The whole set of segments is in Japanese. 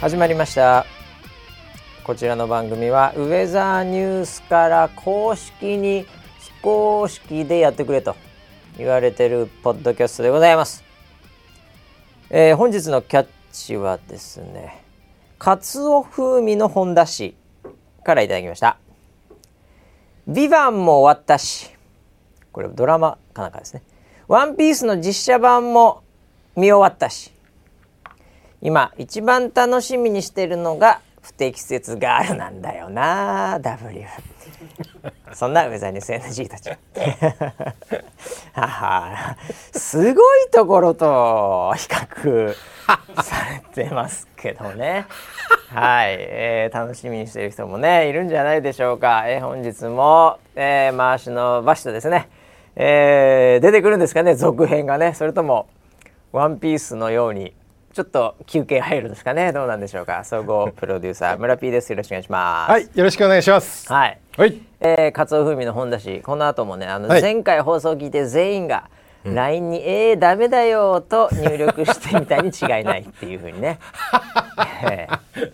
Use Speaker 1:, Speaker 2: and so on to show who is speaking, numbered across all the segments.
Speaker 1: 始まりましたこちらの番組はウェザーニュースから公式に非公式でやってくれと言われてるポッドキャストでございます、えー本日のキャッチはですねカツオ風味の本田氏からいただきました「ビバンも終わったしこれドラマかなんかですね「ワンピースの実写版も見終わったし今一番楽しみにしてるのが不適切ガールなんだよな W そんなウェザーニュース NG たちははすごいところと比較されてますけどねはい、えー楽しみにしてる人もねいるんじゃないでしょうか、えー本日も、えー回しのバシとですね、えー出てくるんですかね続編がねそれともワンピースのようにちょっと休憩入るんですかねどうなんでしょうか総合プロデューサー村 P ですよろしくお願いします
Speaker 2: はい、よろしくお願いします。は
Speaker 1: はい
Speaker 2: い、
Speaker 1: えー、カツオ風味の本だしこの後もねあの
Speaker 2: はい
Speaker 1: 前回放送を聞いて全員が LINE に「えー、ダメだよ」と入力してみたに違いないっていうふうに ね、えー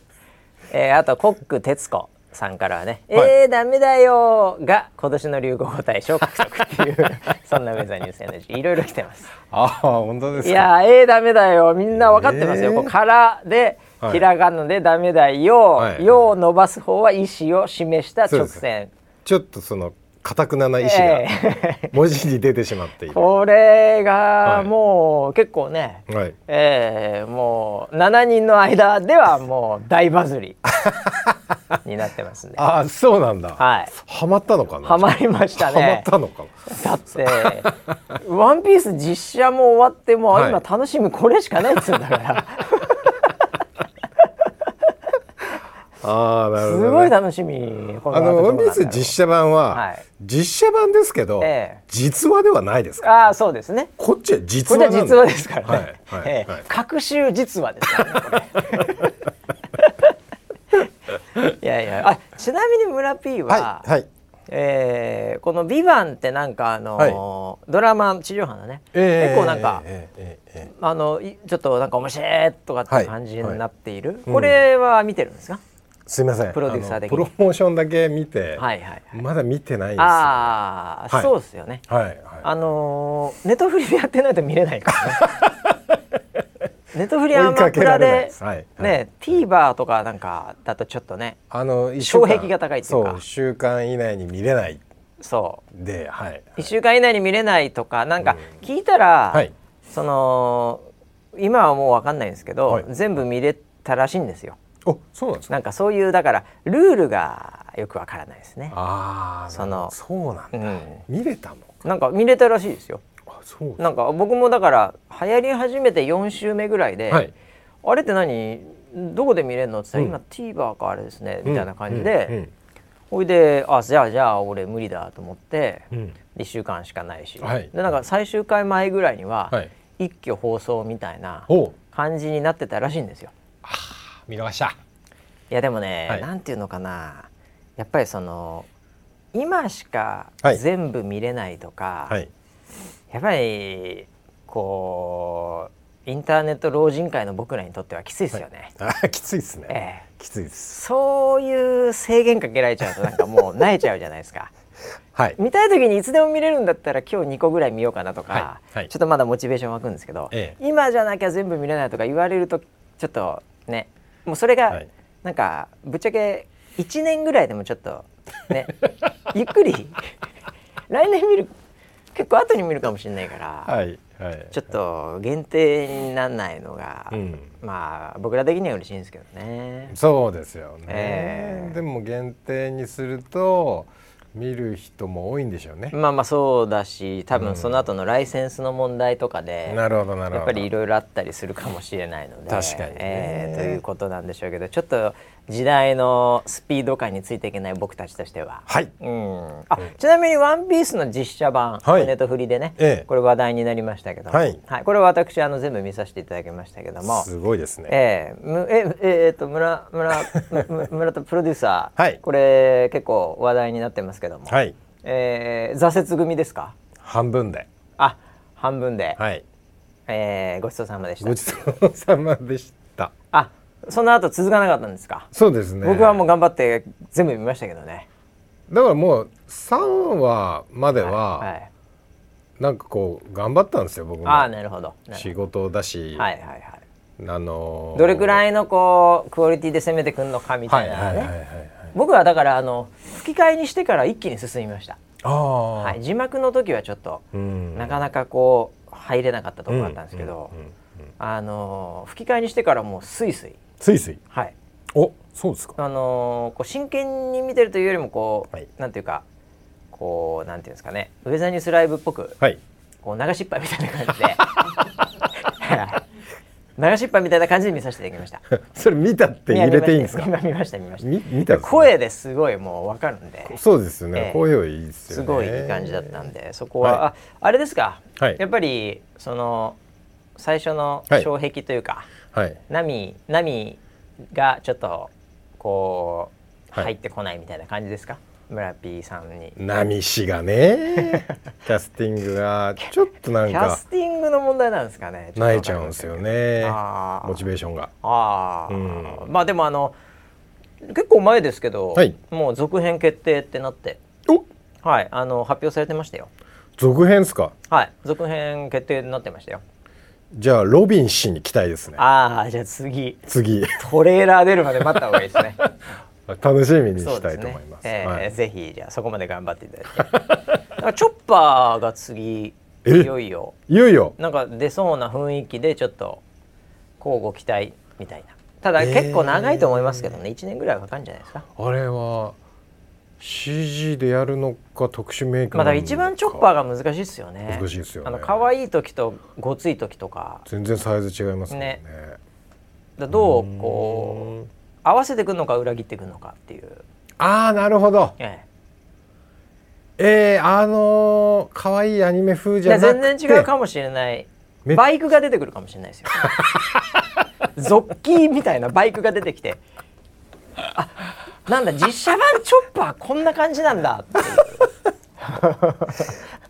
Speaker 1: えーあとコック徹子さんからはね「
Speaker 2: はい
Speaker 1: えー、ダメだよ」が今年の流行語大賞獲得って いうそんなウェザーニュース NG いろいろ来てます。
Speaker 2: ああ、本当です
Speaker 1: い
Speaker 2: か。
Speaker 1: やーえー、ダメだよみんな分かってますよ、
Speaker 2: えー
Speaker 1: こうからで
Speaker 2: はい
Speaker 1: ひらがなでダメだよ、
Speaker 2: はい
Speaker 1: よを伸ばす方は意思を示した直
Speaker 2: そう
Speaker 1: 線。
Speaker 2: ちょっとその堅くなな意志
Speaker 1: え
Speaker 2: が
Speaker 1: え
Speaker 2: 文字に出てしまっている。は
Speaker 1: これが
Speaker 2: はい
Speaker 1: もう結構ね、
Speaker 2: い。
Speaker 1: ええもう7人の間ではもう大バズ りになってますね。
Speaker 2: ああ、そうなんだ。
Speaker 1: はい。
Speaker 2: ハマったのかな。
Speaker 1: ハマりました
Speaker 2: ハマ
Speaker 1: ね
Speaker 2: っ。たのかな。
Speaker 1: だって「ワンピース実写も終わっても、
Speaker 2: はい
Speaker 1: 今楽しみこれしかないっつうん だから
Speaker 2: ああ、なるほど、
Speaker 1: すごい楽しみこ
Speaker 2: あの、ワンピース
Speaker 1: 実
Speaker 2: 実写版は、
Speaker 1: はい
Speaker 2: 実写版ですけど、
Speaker 1: ええ
Speaker 2: 実話ではないですから。
Speaker 1: ああそうですね
Speaker 2: こっちは
Speaker 1: こ
Speaker 2: 実
Speaker 1: れ
Speaker 2: 話
Speaker 1: は
Speaker 2: なん
Speaker 1: 実
Speaker 2: だ。
Speaker 1: 話ですからね。
Speaker 2: はいはい
Speaker 1: ええ
Speaker 2: はい
Speaker 1: 隔週実話ですからね。これいやいや、あ、ちなみに村 P は、
Speaker 2: はい、はい。
Speaker 1: えーこのビバンってなんかあのードラマ地上波のね、
Speaker 2: ええ
Speaker 1: 結構なんか、
Speaker 2: ええええええ
Speaker 1: あのいちょっとなんか面白いとかって
Speaker 2: はい
Speaker 1: 感じになっている。
Speaker 2: うん
Speaker 1: これは見てるんですか。
Speaker 2: すいません。
Speaker 1: プロデューサー的
Speaker 2: あ
Speaker 1: に
Speaker 2: のプロモーションだけ見て、
Speaker 1: はいはい。
Speaker 2: まだ見てないんですよ。は
Speaker 1: ああ、
Speaker 2: はい
Speaker 1: そうですよね。
Speaker 2: い、はい。
Speaker 1: あのーネットフリでやってないと見れない からね。ネットフリア
Speaker 2: 追い
Speaker 1: マ
Speaker 2: か
Speaker 1: プ
Speaker 2: け
Speaker 1: ラ
Speaker 2: られない
Speaker 1: で
Speaker 2: ですはいはい
Speaker 1: ね、TVer とかなんかだとちょっとね、
Speaker 2: あの一週間
Speaker 1: 障壁が高いっていうか
Speaker 2: そう1週間以内に見れない
Speaker 1: そ
Speaker 2: ではい、
Speaker 1: う1週間以内に見れないとかなんか聞いたら、
Speaker 2: はい
Speaker 1: その今はもう分かんないんですけど、
Speaker 2: はい
Speaker 1: 全部見れたらしいんですよ
Speaker 2: おそうなんですか
Speaker 1: なんかそういうだからルールがよく分からないですね、
Speaker 2: ああ
Speaker 1: その
Speaker 2: そうなん
Speaker 1: う
Speaker 2: だ、
Speaker 1: ん、
Speaker 2: 見れたの
Speaker 1: なんか見れたらしいですよ
Speaker 2: あそう
Speaker 1: なんか僕もだから流行り始めて4週目ぐらいで、
Speaker 2: はい
Speaker 1: あれって何どこで見れるのって言ったら、
Speaker 2: う
Speaker 1: 今 TVer かあれですねみたいな感じで、
Speaker 2: うん
Speaker 1: ほいであじゃあじゃあ俺無理だと思って、
Speaker 2: うんうん
Speaker 1: 1週間しかないし、
Speaker 2: はい
Speaker 1: でなんか最終回前ぐらいには、
Speaker 2: はい
Speaker 1: 一挙放送みたいな
Speaker 2: お
Speaker 1: 感じになってたらしいんですよ。
Speaker 2: 見逃した
Speaker 1: いやでもね、
Speaker 2: はい
Speaker 1: なんていうのかなやっぱりその今しか
Speaker 2: はい
Speaker 1: 全部見れないとか、
Speaker 2: はい
Speaker 1: やっぱりこうインターネット老人会の僕らにとってはきついですよね。
Speaker 2: あーきついですね、
Speaker 1: ええ
Speaker 2: きついです
Speaker 1: そういう制限かけられちゃうとなんかもう慣れちゃうじゃないですか。
Speaker 2: はい
Speaker 1: 見たい時にいつでも見れるんだったら今日2個ぐらい見ようかなとか、
Speaker 2: はいはい
Speaker 1: ちょっとまだモチベーション湧くんですけど、
Speaker 2: え
Speaker 1: 今じゃなきゃ全部見れないとか言われるとちょっとねもうそれ
Speaker 2: は
Speaker 1: が
Speaker 2: い
Speaker 1: なんかぶっちゃけ1年ぐらいでもちょっと ねゆっくり来年見る結構後に見るかもしれないから、
Speaker 2: はいはい
Speaker 1: ちょっと限定にならないのが、
Speaker 2: うん
Speaker 1: まあ僕ら的には嬉しいんですけどね。
Speaker 2: そうですよね、
Speaker 1: ええ
Speaker 2: でも限定にすると見る人も多いんでしょうね、
Speaker 1: まあまあそうだし多
Speaker 2: う
Speaker 1: 分
Speaker 2: ん
Speaker 1: その後のライセンスの問題とかで、
Speaker 2: なるほどなるほど
Speaker 1: やっぱりいろいろあったりするかもしれないので
Speaker 2: 確かにね
Speaker 1: えーということなんでしょうけどちょっと時代のスピード感についていけない僕たちとしては。
Speaker 2: はい
Speaker 1: うん、あちなみに「ワンピースの実写版、
Speaker 2: はい
Speaker 1: ネットフリでね、
Speaker 2: ええ
Speaker 1: これ話題になりましたけど、
Speaker 2: はい
Speaker 1: これは私あの全部見させていただきましたけども、
Speaker 2: すごいですね
Speaker 1: ええむえええっと村村むむ 村田プロデューサー、
Speaker 2: はい
Speaker 1: これ結構話題になってますけども、
Speaker 2: はい
Speaker 1: えー挫折組ですか
Speaker 2: 半分で
Speaker 1: あ半分で、
Speaker 2: はい
Speaker 1: えーごちそうさまでした
Speaker 2: ごちそうさまでした
Speaker 1: あその後続かなかったんですか、
Speaker 2: そうですね
Speaker 1: 僕はもう
Speaker 2: う
Speaker 1: 頑張って全部見ましたけどね
Speaker 2: だからもう3話までは、
Speaker 1: はいはい、
Speaker 2: なんかこう頑張ったんですよ僕も
Speaker 1: ああなるほどなる
Speaker 2: 仕事だし、
Speaker 1: はいはいはい
Speaker 2: あのー
Speaker 1: どれく
Speaker 2: い
Speaker 1: らいのこうクオリティで攻めてくんのかみた
Speaker 2: はいい
Speaker 1: なね、
Speaker 2: はいはいはいはい
Speaker 1: 僕はだからあの吹き替えにしてから一気に進みました、
Speaker 2: ああ、
Speaker 1: はい、字幕の時はちょっと
Speaker 2: うん
Speaker 1: なかなかこう入れなかったところだったんですけど、
Speaker 2: うんうんうんうん
Speaker 1: あのー吹き替えにしてからもうスイスイ
Speaker 2: ついつい
Speaker 1: はい
Speaker 2: おそうですか
Speaker 1: あのーこう真剣に見てるというよりもこう、
Speaker 2: はい
Speaker 1: なんていうかこうなんていうんですかねウェザーニュースライブっぽく
Speaker 2: はい
Speaker 1: こう流しっぱいみたいな感じではい流しっぱいみたいな感じで見させていただきました。
Speaker 2: それ見たって入れていいんですか
Speaker 1: 見ました見ました見ました
Speaker 2: み見たんですね
Speaker 1: 声ですごいもう分かるんで
Speaker 2: そうですよね、
Speaker 1: ええ
Speaker 2: 声はいいですよ
Speaker 1: す
Speaker 2: ね
Speaker 1: ごいいい感じだったんでそこは、
Speaker 2: は
Speaker 1: ああれですか、
Speaker 2: はい
Speaker 1: やっぱりその最初の
Speaker 2: はい
Speaker 1: 障壁というか、
Speaker 2: はい
Speaker 1: 波波がちょっとこう
Speaker 2: はい
Speaker 1: 入ってこないみたいな感じですか、村 P さんに。
Speaker 2: 波氏が ねキャスティングがちょっとなん
Speaker 1: キャ
Speaker 2: か
Speaker 1: スティングの問題なんですかね。
Speaker 2: 泣いちゃうんですよね
Speaker 1: あー
Speaker 2: モチベーションが
Speaker 1: ああ、
Speaker 2: うん
Speaker 1: まあでもあの結構前ですけど、
Speaker 2: はい
Speaker 1: もう続編決定ってなって、
Speaker 2: お
Speaker 1: はい、あの発表されてましたよ。
Speaker 2: 続編ですか
Speaker 1: はい、続編決定になってましたよ。
Speaker 2: じゃあロビン氏に期待ですね
Speaker 1: ああ、じゃあ次
Speaker 2: 次
Speaker 1: トレーラー出るまで待った方がいいですね。
Speaker 2: 楽しみに
Speaker 1: そ
Speaker 2: し
Speaker 1: うで
Speaker 2: た
Speaker 1: す
Speaker 2: い
Speaker 1: ね
Speaker 2: と思います
Speaker 1: えー
Speaker 2: はい、
Speaker 1: ぜひじゃあそこまで頑張っていただいて。だ からチョッパーが次い
Speaker 2: え
Speaker 1: よいよ
Speaker 2: いよいよ
Speaker 1: なんか出そうな雰囲気でちょっと交互期待みたいな。ただ
Speaker 2: えー
Speaker 1: 結構長いと思いますけどね、1年ぐらいはかかるんじゃないですか。
Speaker 2: あれは CG でやるのか特殊メイク
Speaker 1: まあ、
Speaker 2: な
Speaker 1: だから
Speaker 2: のか
Speaker 1: 一番チョッパーが難しいですよね。
Speaker 2: 難しいですよね
Speaker 1: あの可愛い時とごつい時とか、
Speaker 2: 全然サイズ違いますもんね
Speaker 1: だからどうこ
Speaker 2: うん
Speaker 1: う合わせてくるのか裏切ってくるのかっていう。
Speaker 2: ああなるほど
Speaker 1: ええ
Speaker 2: えー、あのー、可愛いアニメ風
Speaker 1: い
Speaker 2: じゃ
Speaker 1: や
Speaker 2: なくて
Speaker 1: 全然違うかもしれない
Speaker 2: め
Speaker 1: バイクが出てくるかもしれない ですよゾッキーみたいなバイクが出てきてあなんだ実写版チョッパーこんな感じなんだっていう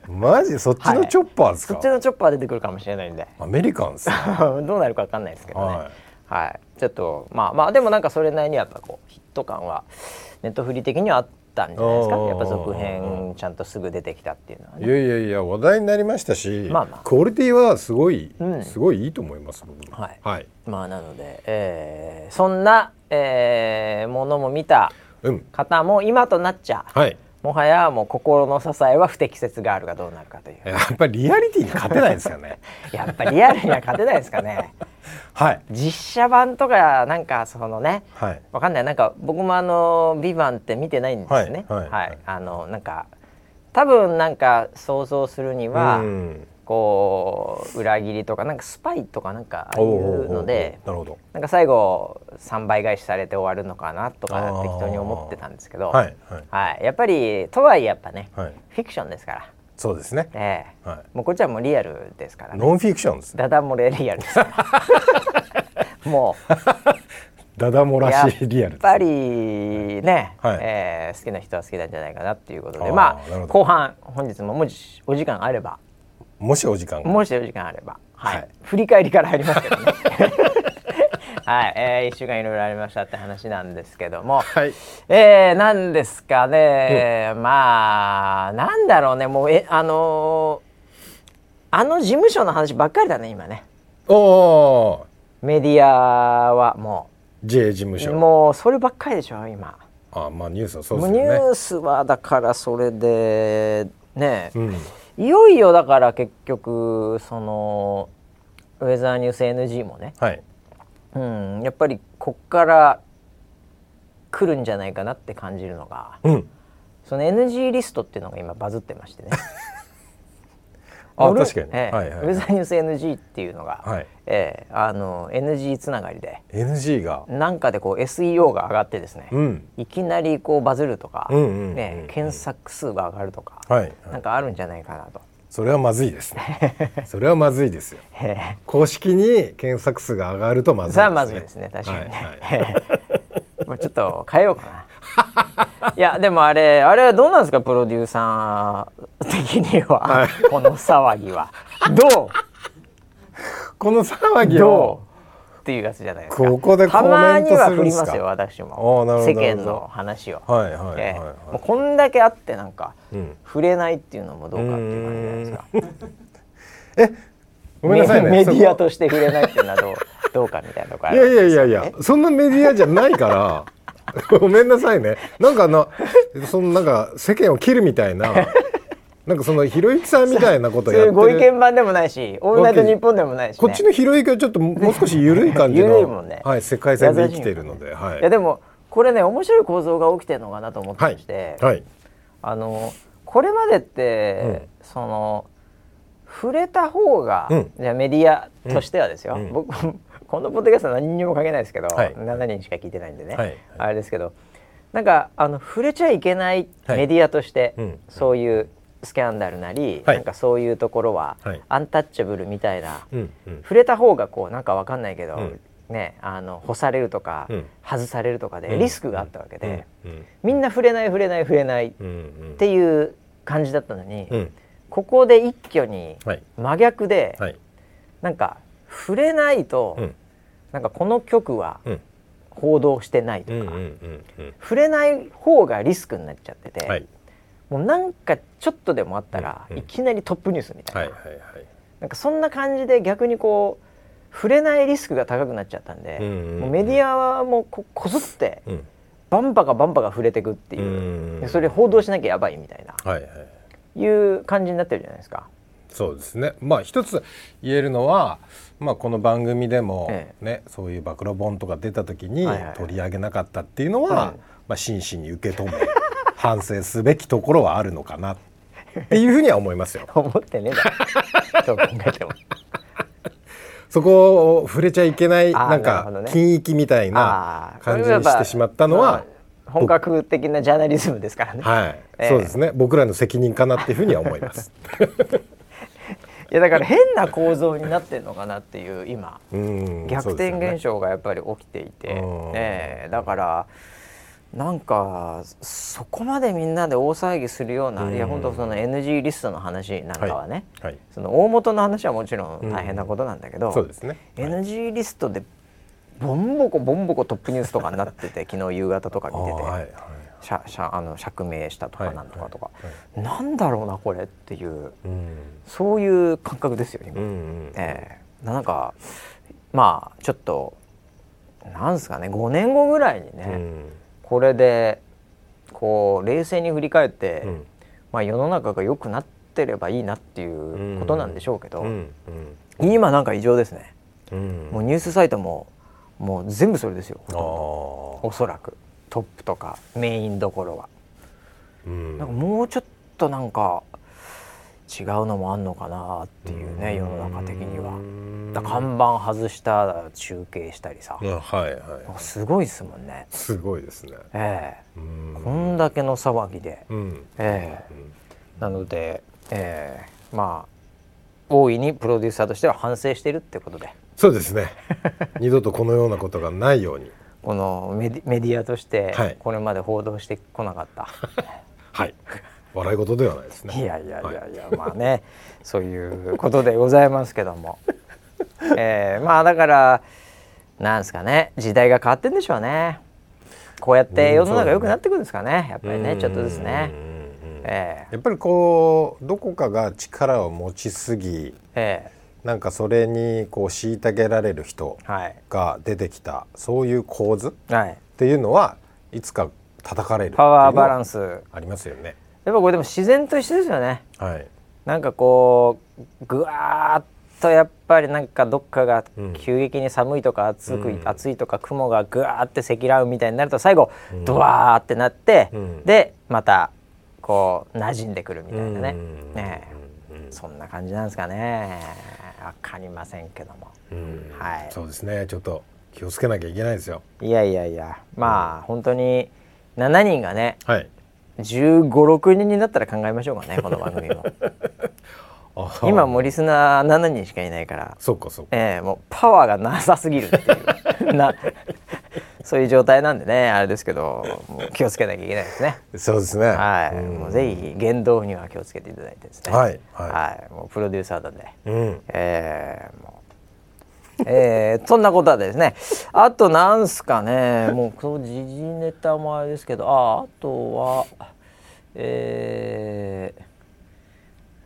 Speaker 2: マジそっちのチョッパーですか、
Speaker 1: そっちのチョッパー出てくるかもしれないんで
Speaker 2: アメリカンっすね
Speaker 1: どうなるかわかんないですけどねは、
Speaker 2: はい
Speaker 1: ちょっとまあまあでもなんかそれなりにやっぱこうヒット感はネットフリ的にはあったんじゃないですか
Speaker 2: おー
Speaker 1: やっぱ続編ちゃんとすぐ出てきたっていうのはいね
Speaker 2: やいやいや話題になりましたし、
Speaker 1: まあまあ
Speaker 2: クオリティはすごい、
Speaker 1: うん
Speaker 2: すごいいいと思います僕
Speaker 1: はい
Speaker 2: はい、
Speaker 1: まあなので、えーそんな、えーものも見た
Speaker 2: うん
Speaker 1: 方も今となっちゃ
Speaker 2: はい
Speaker 1: もはやもう心の支えは不適切ガールがどうなるかという
Speaker 2: やっぱりリアリティに勝てないです よね
Speaker 1: やっぱリアルには勝てないですかね
Speaker 2: はい
Speaker 1: 実写版とかなんかそのね
Speaker 2: はい
Speaker 1: わかんないなんか僕もあの「ビバンって見てないんですね
Speaker 2: はいはいはい
Speaker 1: あのなんか多分なんか想像するには、
Speaker 2: うん
Speaker 1: こう裏切りとかなんかスパイとかなんかああい
Speaker 2: おうおうおう
Speaker 1: う
Speaker 2: おう
Speaker 1: ので
Speaker 2: なるほど
Speaker 1: なんか最後3倍返しされて終わるのかなと
Speaker 2: あ
Speaker 1: か
Speaker 2: ー
Speaker 1: 適当に思ってたんですけど、
Speaker 2: はいはい
Speaker 1: はいやっぱりとはいえやっぱね、
Speaker 2: はい
Speaker 1: フィクションですから、
Speaker 2: そうですね
Speaker 1: ええ
Speaker 2: は
Speaker 1: もうこっちはもうリアルですから
Speaker 2: い
Speaker 1: ね
Speaker 2: ノンフィクションです
Speaker 1: ダダ漏れリアルです からも
Speaker 2: ダダ漏
Speaker 1: う
Speaker 2: らしいリア
Speaker 1: や
Speaker 2: ル
Speaker 1: っぱ
Speaker 2: です
Speaker 1: りね、
Speaker 2: はい
Speaker 1: えー好きな人は好きなんじゃないかなっていうことで
Speaker 2: あー
Speaker 1: ま
Speaker 2: なる
Speaker 1: あ
Speaker 2: ほど
Speaker 1: 後半本日ももしお時間あれば
Speaker 2: もしお時間が
Speaker 1: もしお時間あれば、はい
Speaker 2: はい
Speaker 1: 振り返りから入りますけど ねはい、えー、1週間いろいろありましたって話なんですけども、
Speaker 2: はい
Speaker 1: えー、なんですかね、まあなんだろうねもうえあのーあの事務所の話ばっかりだね今ね
Speaker 2: おお
Speaker 1: メディアはも
Speaker 2: J 事務
Speaker 1: う
Speaker 2: 所
Speaker 1: もうそればっかりでしょ今、
Speaker 2: あまあニュースはそう
Speaker 1: も
Speaker 2: で
Speaker 1: う
Speaker 2: す
Speaker 1: ニ
Speaker 2: よ
Speaker 1: ュ
Speaker 2: ね
Speaker 1: ースはだからそれでね、
Speaker 2: うん
Speaker 1: いよいよだから結局そのウェザーニュース NG もね、
Speaker 2: はい
Speaker 1: うん、やっぱりこっから来るんじゃないかなって感じるのが
Speaker 2: うん
Speaker 1: その NG リストっていうのが今バズってましてね
Speaker 2: あ
Speaker 1: ノル
Speaker 2: 確かに
Speaker 1: ええ
Speaker 2: はいはい
Speaker 1: ウェザーニュース NG っていうのが、
Speaker 2: はい
Speaker 1: ええあの NG つながりで
Speaker 2: NG が
Speaker 1: なんかでこう SEO が上がってですね、
Speaker 2: うん
Speaker 1: いきなりこうバズるとか、
Speaker 2: うんうんうんうん
Speaker 1: ね、検索数が上がるとか、
Speaker 2: はい
Speaker 1: なんかあるんじゃないかなと。
Speaker 2: それはまずいですねそれはまずいですよ
Speaker 1: ええ
Speaker 2: 公式に検索数が上がるとまずいです
Speaker 1: そ
Speaker 2: ね
Speaker 1: れはまずいですね確かにね、
Speaker 2: はいはい
Speaker 1: もうちょっと変えようかないやでもあれあれはどうなんですかプロデューサー的には、この騒ぎはどう
Speaker 2: この騒ぎ
Speaker 1: ど
Speaker 2: を
Speaker 1: うっていうやつじゃないですか
Speaker 2: ここで
Speaker 1: た
Speaker 2: コ
Speaker 1: ま
Speaker 2: メン
Speaker 1: に
Speaker 2: ト
Speaker 1: は
Speaker 2: す
Speaker 1: 振
Speaker 2: るん
Speaker 1: り
Speaker 2: で
Speaker 1: ますすよ
Speaker 2: か
Speaker 1: 私
Speaker 2: あ
Speaker 1: も
Speaker 2: ーなるほど
Speaker 1: 世間
Speaker 2: なるほ
Speaker 1: の話を、
Speaker 2: はいはいはい
Speaker 1: ええ
Speaker 2: は
Speaker 1: もう
Speaker 2: い
Speaker 1: こんだけあってなんか、
Speaker 2: うん
Speaker 1: 触れないっていうのもどうかっていう感じじゃないですか
Speaker 2: ごめんなさいね
Speaker 1: メメディア
Speaker 2: そこと
Speaker 1: して触れないっていうのはどう どうかみたいなとこあ
Speaker 2: いや
Speaker 1: る
Speaker 2: いやいやいやそんなメディアじゃない からごめんなさいねなんかあのそのなんか世間を切るみたいななんかそのひろゆきさんみたいなこと
Speaker 1: そう
Speaker 2: やっ
Speaker 1: い
Speaker 2: て
Speaker 1: うご意
Speaker 2: る
Speaker 1: 見版でもないし「オールナイトニッポン」でもないし、ね、
Speaker 2: こっちのひろゆきはちょっともう少し緩い感じ
Speaker 1: 緩いもん
Speaker 2: の
Speaker 1: ね
Speaker 2: はい世界線で生きているのではい
Speaker 1: いやでもこれね面白い構造が起きてるのかなと思って
Speaker 2: は
Speaker 1: ま
Speaker 2: い
Speaker 1: して、
Speaker 2: はい
Speaker 1: あのこれまでって、その触れた方が、
Speaker 2: うん
Speaker 1: じゃあメディアとしてはですよ、
Speaker 2: うん
Speaker 1: 僕 このポッドキャストは何にも関係ないですけど、
Speaker 2: はい
Speaker 1: 7人しか聞いてないんでね、
Speaker 2: はい
Speaker 1: あれですけどなんかあの触れちゃいけない
Speaker 2: はい
Speaker 1: メディアとして、
Speaker 2: うん
Speaker 1: そういうスキャンダルなり、
Speaker 2: はい
Speaker 1: なんかそういうところは、
Speaker 2: はい
Speaker 1: アンタッチャブルみたいな、
Speaker 2: うんうん
Speaker 1: 触れた方がこうなんかわかんないけど、
Speaker 2: うん
Speaker 1: ねあの干されるとか、
Speaker 2: うん
Speaker 1: 外されるとかで
Speaker 2: うん
Speaker 1: リスクがあったわけで、
Speaker 2: うん
Speaker 1: みんな触れない触れない触れないっ
Speaker 2: うんうん
Speaker 1: ていう感じだったのに、
Speaker 2: うん
Speaker 1: ここで一挙に
Speaker 2: はい
Speaker 1: 真逆で、
Speaker 2: はい
Speaker 1: なんか触れないと、
Speaker 2: うん
Speaker 1: なんかこの曲は
Speaker 2: うん
Speaker 1: 報道してないと
Speaker 2: う
Speaker 1: か、
Speaker 2: んうんうんうん
Speaker 1: 触れない方がリスクになっちゃってて、
Speaker 2: はい
Speaker 1: もうなんかちょっとでもあったら、
Speaker 2: うんう
Speaker 1: い
Speaker 2: ん
Speaker 1: きなりトップニュースみたいな、
Speaker 2: はいはいはい
Speaker 1: なんかそんな感じで逆にこう触れないリスクが高くなっちゃったんで、
Speaker 2: うんうんうん
Speaker 1: もうメディアはもうここずって
Speaker 2: うん
Speaker 1: バンバカバンバカ触れてくっていう、
Speaker 2: うん
Speaker 1: でそれ報道しなきゃやばいみたいな
Speaker 2: はいはい
Speaker 1: いう感じになってるじゃないですか。
Speaker 2: そうですねまあ一つ言えるのは、まあ、この番組でも、
Speaker 1: え
Speaker 2: ねそういう暴露本とか出た時に
Speaker 1: はいはいはい
Speaker 2: 取り上げなかったっていうのは、
Speaker 1: うん
Speaker 2: まあ、真摯に受け止め 反省すべきところはあるのかなっていうふうには思います よ。
Speaker 1: 思ってねえだろ どう考えても。
Speaker 2: そこを触れちゃいけない
Speaker 1: あー
Speaker 2: なん
Speaker 1: なる
Speaker 2: か
Speaker 1: ほどね
Speaker 2: 禁域みたい
Speaker 1: あ
Speaker 2: な
Speaker 1: ー
Speaker 2: 感じにしてしまったのは、、
Speaker 1: これやっぱまあ本格的なジャーナリズムですからね。
Speaker 2: はい、
Speaker 1: ええ
Speaker 2: そうですね僕らの責任かなっていうふうには思 います。
Speaker 1: いやだから変な構造になってるのかなっていう今。
Speaker 2: うん
Speaker 1: 逆転現象がやっぱり起きていて、
Speaker 2: うん
Speaker 1: ええだからなんかそこまでみんなで大騒ぎするような、
Speaker 2: うん
Speaker 1: いや本当その NG リストの話なんかはね、
Speaker 2: そうですよねはい、
Speaker 1: その大元の話はもちろん大変なことなんだけど、
Speaker 2: そうですね。
Speaker 1: NG リストでボンボコボンボコトップニュースとかになって て昨日夕方とか見
Speaker 2: あー
Speaker 1: てて、
Speaker 2: はいはい
Speaker 1: しゃしゃあの釈明したとか
Speaker 2: はい
Speaker 1: なんとかとか、
Speaker 2: はい
Speaker 1: なんだろうなこれっていう
Speaker 2: うん
Speaker 1: そういう感覚ですよ今。
Speaker 2: うんうん
Speaker 1: ええなんかまあちょっとなんですかね5年後ぐらいにね、
Speaker 2: うん
Speaker 1: これでこう冷静に振り返って、
Speaker 2: うん
Speaker 1: まあ、世の中が良くなってればいいなっていうことなんでしょうけど、
Speaker 2: うん
Speaker 1: 今なんか異常ですね
Speaker 2: うん
Speaker 1: もう
Speaker 2: うん
Speaker 1: ニュースサイトももう全部それですよ
Speaker 2: あー
Speaker 1: おそらくトップとかメインどころは。
Speaker 2: うん
Speaker 1: なんかもうちょっとなんか違うのもあんのかなっていうね、世の中的には。
Speaker 2: うん
Speaker 1: だ看板外したら中継したりさ、
Speaker 2: あはいは
Speaker 1: すごいですもんね
Speaker 2: い。すごいですね
Speaker 1: え
Speaker 2: うん
Speaker 1: えこんだけの騒ぎで、
Speaker 2: うん
Speaker 1: ええなので、ええまあ大いにプロデューサーとしては反省してるってことで
Speaker 2: そうです ね二度とこのようなことがないように
Speaker 1: このメディメディアとして
Speaker 2: はい
Speaker 1: これまで報道してこなか った、
Speaker 2: はい笑い事ではないです
Speaker 1: い、
Speaker 2: ね
Speaker 1: やいやい
Speaker 2: は
Speaker 1: やいや、まあねそういうことでございますけど もええまあだからなんですかね時代が変わってんでしょうねこうやって世の中良くなってくるんですかねやっぱ りねちょっとですね。
Speaker 2: うんうんうん
Speaker 1: ええ
Speaker 2: やっぱりこうどこかが力を持ちすぎ
Speaker 1: え
Speaker 2: なんかそれにこう虐げられる人
Speaker 1: えはい
Speaker 2: が出てきたそういう構図
Speaker 1: はい
Speaker 2: っていうのはいつか叩かれる
Speaker 1: パワーバラン
Speaker 2: ス
Speaker 1: スやっ
Speaker 2: ありますよね
Speaker 1: ぱこれでも自然と一緒ですよね
Speaker 2: はい
Speaker 1: なんかこうぐわーっとやっぱりなんかどっかが
Speaker 2: うん
Speaker 1: 急激に寒いとか暑く、
Speaker 2: うん
Speaker 1: 暑いとか雲がぐわーって積乱雲みたいになると最後ドワーってなって、
Speaker 2: うん
Speaker 1: でまたこう馴染んでくるみたいなね、
Speaker 2: うん
Speaker 1: ねえそんな感じなんですかねわかりませんけども
Speaker 2: うん
Speaker 1: はい
Speaker 2: そうですねちょっと気をつけなきゃいけないですよ
Speaker 1: いやいやいやまあ本当に7人がね
Speaker 2: はい
Speaker 1: 1 5六6人になったら考えましょうかねこの番組 も
Speaker 2: あ
Speaker 1: 今もうリスナー7人しかいないから、
Speaker 2: そうかそうか
Speaker 1: ええもうパワーがなさすぎるっていうなそういう状態なんでねあれですけどもう気をつけなきゃいけないですね
Speaker 2: そうですね
Speaker 1: はい、
Speaker 2: うん
Speaker 1: もうぜひ言動には気をつけていただいてですね
Speaker 2: はいは
Speaker 1: はいいもうプロデューサーなんで、
Speaker 2: うん
Speaker 1: ええもえーそんなことはですねあとなんすかねもうそう時事ネタもあれですけどああとはえー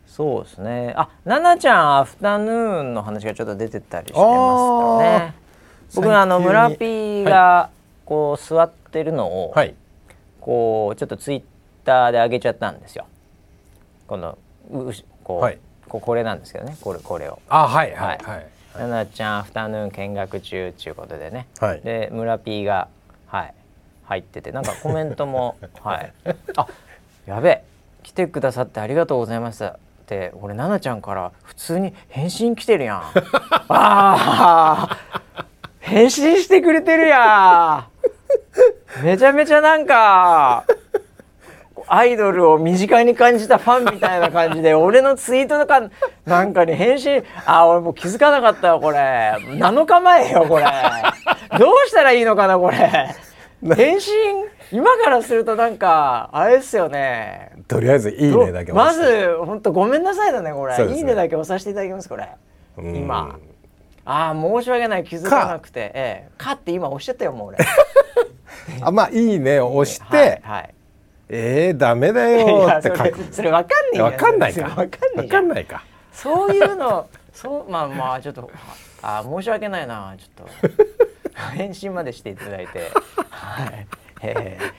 Speaker 1: そうですねあななちゃんアフタヌーンの話がちょっと出てたりしてますからね
Speaker 2: あー
Speaker 1: 僕あの
Speaker 2: 最
Speaker 1: 村 P
Speaker 2: 近
Speaker 1: がこう座ってるのを、
Speaker 2: はい
Speaker 1: こうちょっとツイッターで上げちゃったんですよこのううしこう、
Speaker 2: はい
Speaker 1: ここれなんですけどねこれこれを
Speaker 2: あはいは
Speaker 1: はいい
Speaker 2: はい
Speaker 1: 奈々ちゃんアフタヌーン見学中っていうことでね、
Speaker 2: はい
Speaker 1: で村 P が、はい、入っててなんかコメント も「はい、あやべえ来てくださってありがとうございます」って俺奈々ちゃんから普通に返信来て るやんあー返信してくれてるやんめちゃめちゃなんかアイドルを身近に感じたファンみたいな感じで俺のツイートとかなんかに返信あ俺もう気づかなかったよこれ7日前よこれどうしたらいいのかなこ れ返信今からするとなんかあれですよね
Speaker 2: とりあえず「いいね」だけ
Speaker 1: ま
Speaker 2: 押して
Speaker 1: ず本当ごめんなさいだねこれ
Speaker 2: そうですね
Speaker 1: いいねだけ押させていただきますこれ
Speaker 2: うん
Speaker 1: 今ああ申し訳ない気づかなくてええかって今押しちゃったよもう俺
Speaker 2: あまあ「いいね」を押して「
Speaker 1: はい、はい
Speaker 2: えー、ダメだ
Speaker 1: い
Speaker 2: よ」
Speaker 1: や
Speaker 2: って
Speaker 1: そ
Speaker 2: 書
Speaker 1: れ
Speaker 2: く
Speaker 1: それわかんねえじゃん
Speaker 2: わかんないか
Speaker 1: わかんねえ
Speaker 2: わ
Speaker 1: じゃ
Speaker 2: か
Speaker 1: ん
Speaker 2: んないか
Speaker 1: そういうの、そう、まあまあ、ちょっと、あ、申し訳ないな、ちょっと。 返信までしていただいて。はい。えー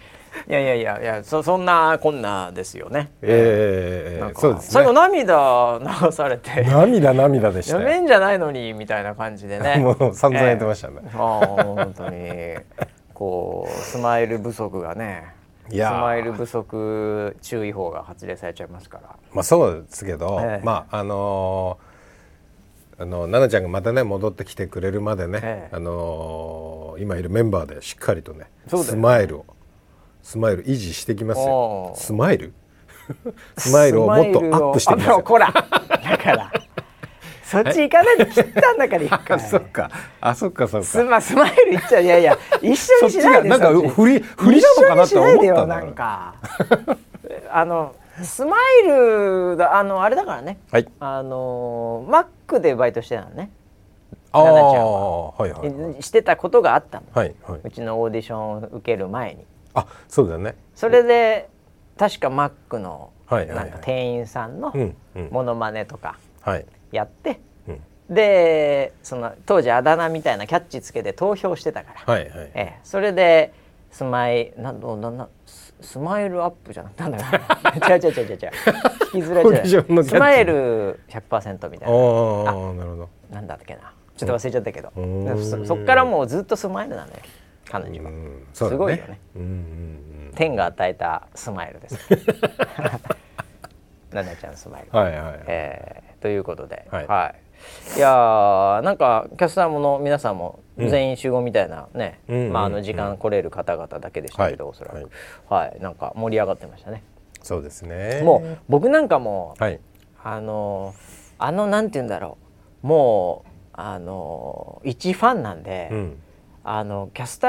Speaker 1: いやいやいやいや、そ、そんなこんなですよね。
Speaker 2: え
Speaker 1: なん
Speaker 2: ー、
Speaker 1: か
Speaker 2: そうです
Speaker 1: 最後
Speaker 2: ね
Speaker 1: 涙流されて。
Speaker 2: 涙涙でし
Speaker 1: や
Speaker 2: た
Speaker 1: め
Speaker 2: よ
Speaker 1: んじゃないのにみたいな感じでね。
Speaker 2: もう散々やってましたね
Speaker 1: えーああ、本当に。こう、スマイル不足がね。
Speaker 2: い
Speaker 1: ス
Speaker 2: やー
Speaker 1: マイル不足注意報が発令されちゃいますから。
Speaker 2: まあそうですけど、
Speaker 1: ええ
Speaker 2: まああのーあの奈々ちゃんがまたね戻ってきてくれるまでね、
Speaker 1: ええ
Speaker 2: あのー今いるメンバーでしっかりとね
Speaker 1: そうだよ
Speaker 2: スマイルをスマイル維持していきますよ
Speaker 1: おー
Speaker 2: スマイル スマイルをもっとアップしていきます
Speaker 1: あもう
Speaker 2: よ
Speaker 1: こらだからそっち行かないで切ったんだから一
Speaker 2: あ
Speaker 1: 回
Speaker 2: そっかあそっかそっ
Speaker 1: ス
Speaker 2: か
Speaker 1: マスマイルいっちゃういやいや一緒
Speaker 2: そっ
Speaker 1: に
Speaker 2: ち
Speaker 1: しな
Speaker 2: が
Speaker 1: いで
Speaker 2: なんか
Speaker 1: そっち
Speaker 2: 振り振りなのかなって思っ
Speaker 1: 一緒にしな
Speaker 2: たんだから
Speaker 1: いでよなんか あのスマイルだあのあれだからね
Speaker 2: はい
Speaker 1: あのマックでバイトしてたのね、
Speaker 2: ああ
Speaker 1: 奈々ちゃん
Speaker 2: はいはいはい
Speaker 1: してたことがあったの、
Speaker 2: はいはいう
Speaker 1: ちのオーディションを受ける前に
Speaker 2: あそうだね
Speaker 1: それで確かマックの
Speaker 2: はいはいはい
Speaker 1: なんか店員さんの
Speaker 2: うんうん
Speaker 1: モノマネとか
Speaker 2: はい
Speaker 1: やって
Speaker 2: うん
Speaker 1: でその当時あだ名みたいなキャッチつけて投票してたから、
Speaker 2: はいはい
Speaker 1: ええ、それでスマイなんどうなんなススマイルアップじゃなくてなんだ ろう違う違う違う違う違う聞きづらい
Speaker 2: オーディションのキャッチ
Speaker 1: スマイル100%みたいな
Speaker 2: ああなるほど
Speaker 1: なんだっけなちょっと忘れちゃったけど、
Speaker 2: うん
Speaker 1: だからそそっからもうずっとスマイルなのよ彼女
Speaker 2: う
Speaker 1: は、
Speaker 2: ん
Speaker 1: す
Speaker 2: そうだ
Speaker 1: ごいよね
Speaker 2: うんうんうん
Speaker 1: 天が与えたスマイルです ななちゃんのスマイル
Speaker 2: はいはい、
Speaker 1: えーということで、
Speaker 2: は
Speaker 1: はいいい、やーなんかキャスターもの皆さんも全員集合みたいなね、
Speaker 2: うん
Speaker 1: まあ、あ
Speaker 2: うんう
Speaker 1: の
Speaker 2: んうん
Speaker 1: 時間来れる方々だけでしたけど、
Speaker 2: はい
Speaker 1: おそら
Speaker 2: はい
Speaker 1: く、はいなんか盛り上がってましたね。
Speaker 2: そうですね
Speaker 1: もう僕なんかも、
Speaker 2: はい
Speaker 1: あのーあのなんて言うんだろうもうあのー一ファンなんで、
Speaker 2: うん
Speaker 1: あのキャスタ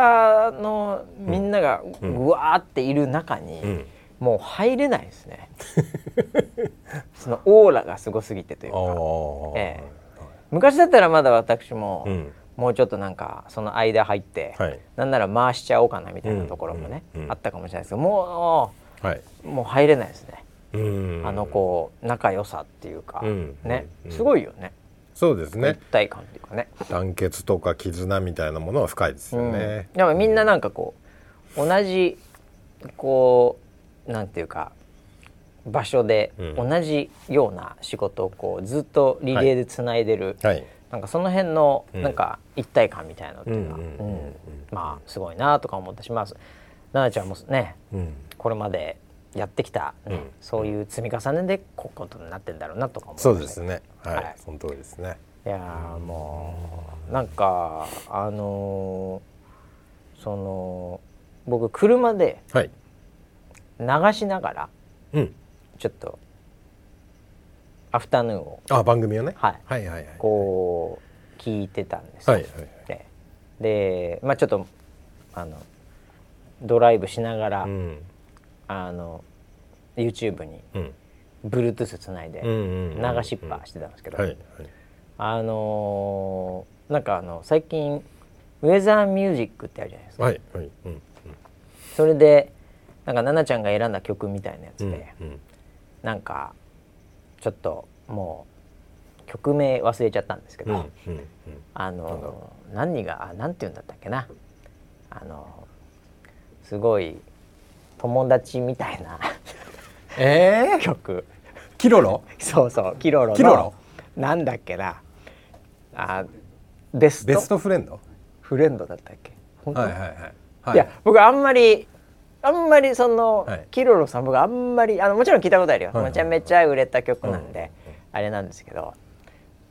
Speaker 1: ーのみんなが
Speaker 2: ん
Speaker 1: うわーっている中に、
Speaker 2: うん
Speaker 1: もう入れないですね。 そのオーラがすごすぎてというか。
Speaker 2: おー
Speaker 1: ええ昔だったらまだ私も、
Speaker 2: うん
Speaker 1: もうちょっとなんかその間入って、
Speaker 2: はい
Speaker 1: なんなら回しちゃおうかなみたいなところもね、
Speaker 2: うんうんうん
Speaker 1: あったかもしれないですけども
Speaker 2: はい、
Speaker 1: うもう入れないですね、
Speaker 2: うん
Speaker 1: あのこう仲良さっていうか、
Speaker 2: うん
Speaker 1: ね
Speaker 2: うん
Speaker 1: すごいよね
Speaker 2: そうですね
Speaker 1: 一体感っていうかね
Speaker 2: 団結とか絆みたいなものは深いですよね、
Speaker 1: うんでもみんななんかこう同じこうなんていうか場所で
Speaker 2: うん
Speaker 1: 同じような仕事をこうずっとリレーでつないでる、
Speaker 2: はい
Speaker 1: なんかその辺の
Speaker 2: うん
Speaker 1: なんか一体感みたいなのっていうか、
Speaker 2: う
Speaker 1: うんん
Speaker 2: うんうんうん
Speaker 1: まあすごいなとか思ったします奈々ちゃんもね
Speaker 2: うん
Speaker 1: これまでやってきた、ね
Speaker 2: うん
Speaker 1: そういう積み重ねでこういうことになってんだろうなとか思いました
Speaker 2: そうですねはい、
Speaker 1: はい
Speaker 2: その通りですね
Speaker 1: いやーもうなんかあのーその僕車で
Speaker 2: はい
Speaker 1: 流しながら
Speaker 2: うん
Speaker 1: ちょっとアフタヌーンを
Speaker 2: あ番組をね、
Speaker 1: はい
Speaker 2: はいはいはい
Speaker 1: こう聞いてたんですよ
Speaker 2: はいはい
Speaker 1: ででまあちょっとあのドライブしながら、
Speaker 2: うん
Speaker 1: あの YouTube に
Speaker 2: うん
Speaker 1: Bluetooth つないで
Speaker 2: うんうんうんうん
Speaker 1: 流しっぱしてたんですけど、
Speaker 2: はいはい
Speaker 1: あのーなんかあの最近ウェザーミュージックってあるじゃないですか
Speaker 2: はいはいうん
Speaker 1: それでなんか奈々ちゃんが選んだ曲みたいなやつ
Speaker 2: う
Speaker 1: で、
Speaker 2: んうん
Speaker 1: なんかちょっともう曲名忘れちゃったんですけ
Speaker 2: う
Speaker 1: ど、
Speaker 2: んうん
Speaker 1: あの何があなんて言うんだったっけなあのすごい友達みたいな
Speaker 2: ええ
Speaker 1: 曲
Speaker 2: キロロ
Speaker 1: そうそうキロロの
Speaker 2: キロロ
Speaker 1: なんだっけなあベスト
Speaker 2: ベストフレンド
Speaker 1: フレンドだったっけ本当、
Speaker 2: はいはいはいはい
Speaker 1: いや僕あんまりあんまりその、
Speaker 2: はい
Speaker 1: キロロさん僕あんまりあのもちろん聞いたことあるよ、
Speaker 2: はいはいはい
Speaker 1: めちゃめちゃ売れた曲なんで、あれなんですけど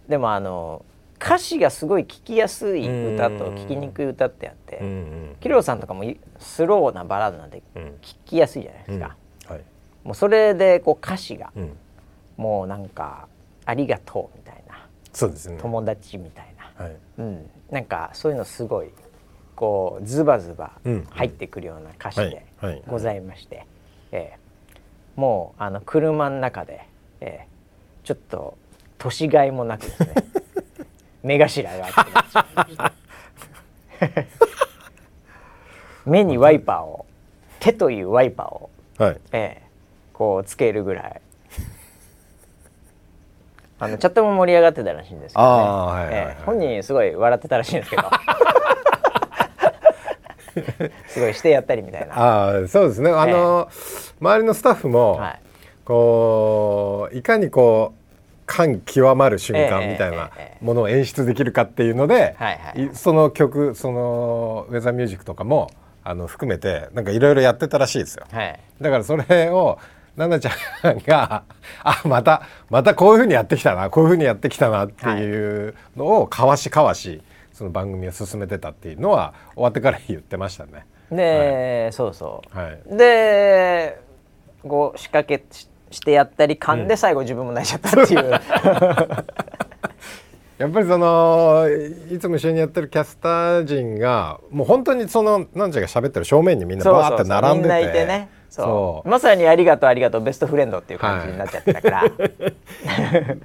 Speaker 1: でもあの歌詞がすごい聞きやすい歌と
Speaker 2: うん
Speaker 1: 聞きにくい歌ってあって、
Speaker 2: うんうん
Speaker 1: キロロさんとかもいスローなバラードなんで
Speaker 2: うん
Speaker 1: 聞きやすいじゃないで
Speaker 2: う
Speaker 1: す
Speaker 2: ん
Speaker 1: か、
Speaker 2: はい
Speaker 1: もうそれでこう歌詞が
Speaker 2: うん
Speaker 1: もうなんか「ありがとう」みたいな
Speaker 2: そうですね
Speaker 1: 「友達」みたいな、
Speaker 2: はい
Speaker 1: うん、なんかそういうのすごいこうズバズバ
Speaker 2: うん
Speaker 1: 入ってくるような歌詞で
Speaker 2: はいはい
Speaker 1: ございまして、えーもうあの車の中で、えーちょっと年がいもなくです ね目頭が熱くなっちゃいました目にワイパーを手というワイパーを、
Speaker 2: はい
Speaker 1: えーこうつけるぐらいあのチャットも盛り上がってたらしいんですけど、ね
Speaker 2: あーはいはいはい
Speaker 1: えー本人すごい笑ってたらしいんです けどすごいしてやったりみたいな
Speaker 2: ああそうですねあの周りのスタッフも
Speaker 1: はい
Speaker 2: こういかにこう感極まる瞬
Speaker 1: ええ
Speaker 2: 間みたいなものを演出できるかっていうので
Speaker 1: はいはい
Speaker 2: いその曲そのウェザーミュージックとかもあの含めてなんかいろいろやってたらしいですよ。
Speaker 1: はい
Speaker 2: だからそれを奈々ちゃんがあまたまたこういうふうにやってきたなこういうふうにやってきたなっていうのをかわしかわしその番組を進めてたっていうのは終わってから言ってましたね。
Speaker 1: で、そうそう、
Speaker 2: はい
Speaker 1: でこう仕掛けししてやったり噛んで最後自分も泣いちゃった っていう、
Speaker 2: やっぱりそのいつも一緒にやってるキャスター陣がもう本当にそのなんちゃが喋ってる正面にみんな
Speaker 1: そう
Speaker 2: バ
Speaker 1: そ
Speaker 2: ー
Speaker 1: う
Speaker 2: って並
Speaker 1: み
Speaker 2: んで
Speaker 1: ん
Speaker 2: て
Speaker 1: ないてねそ
Speaker 2: そう
Speaker 1: まさに「ありがとうありがとうベストフレンド」っていう感じになっちゃってた から、はい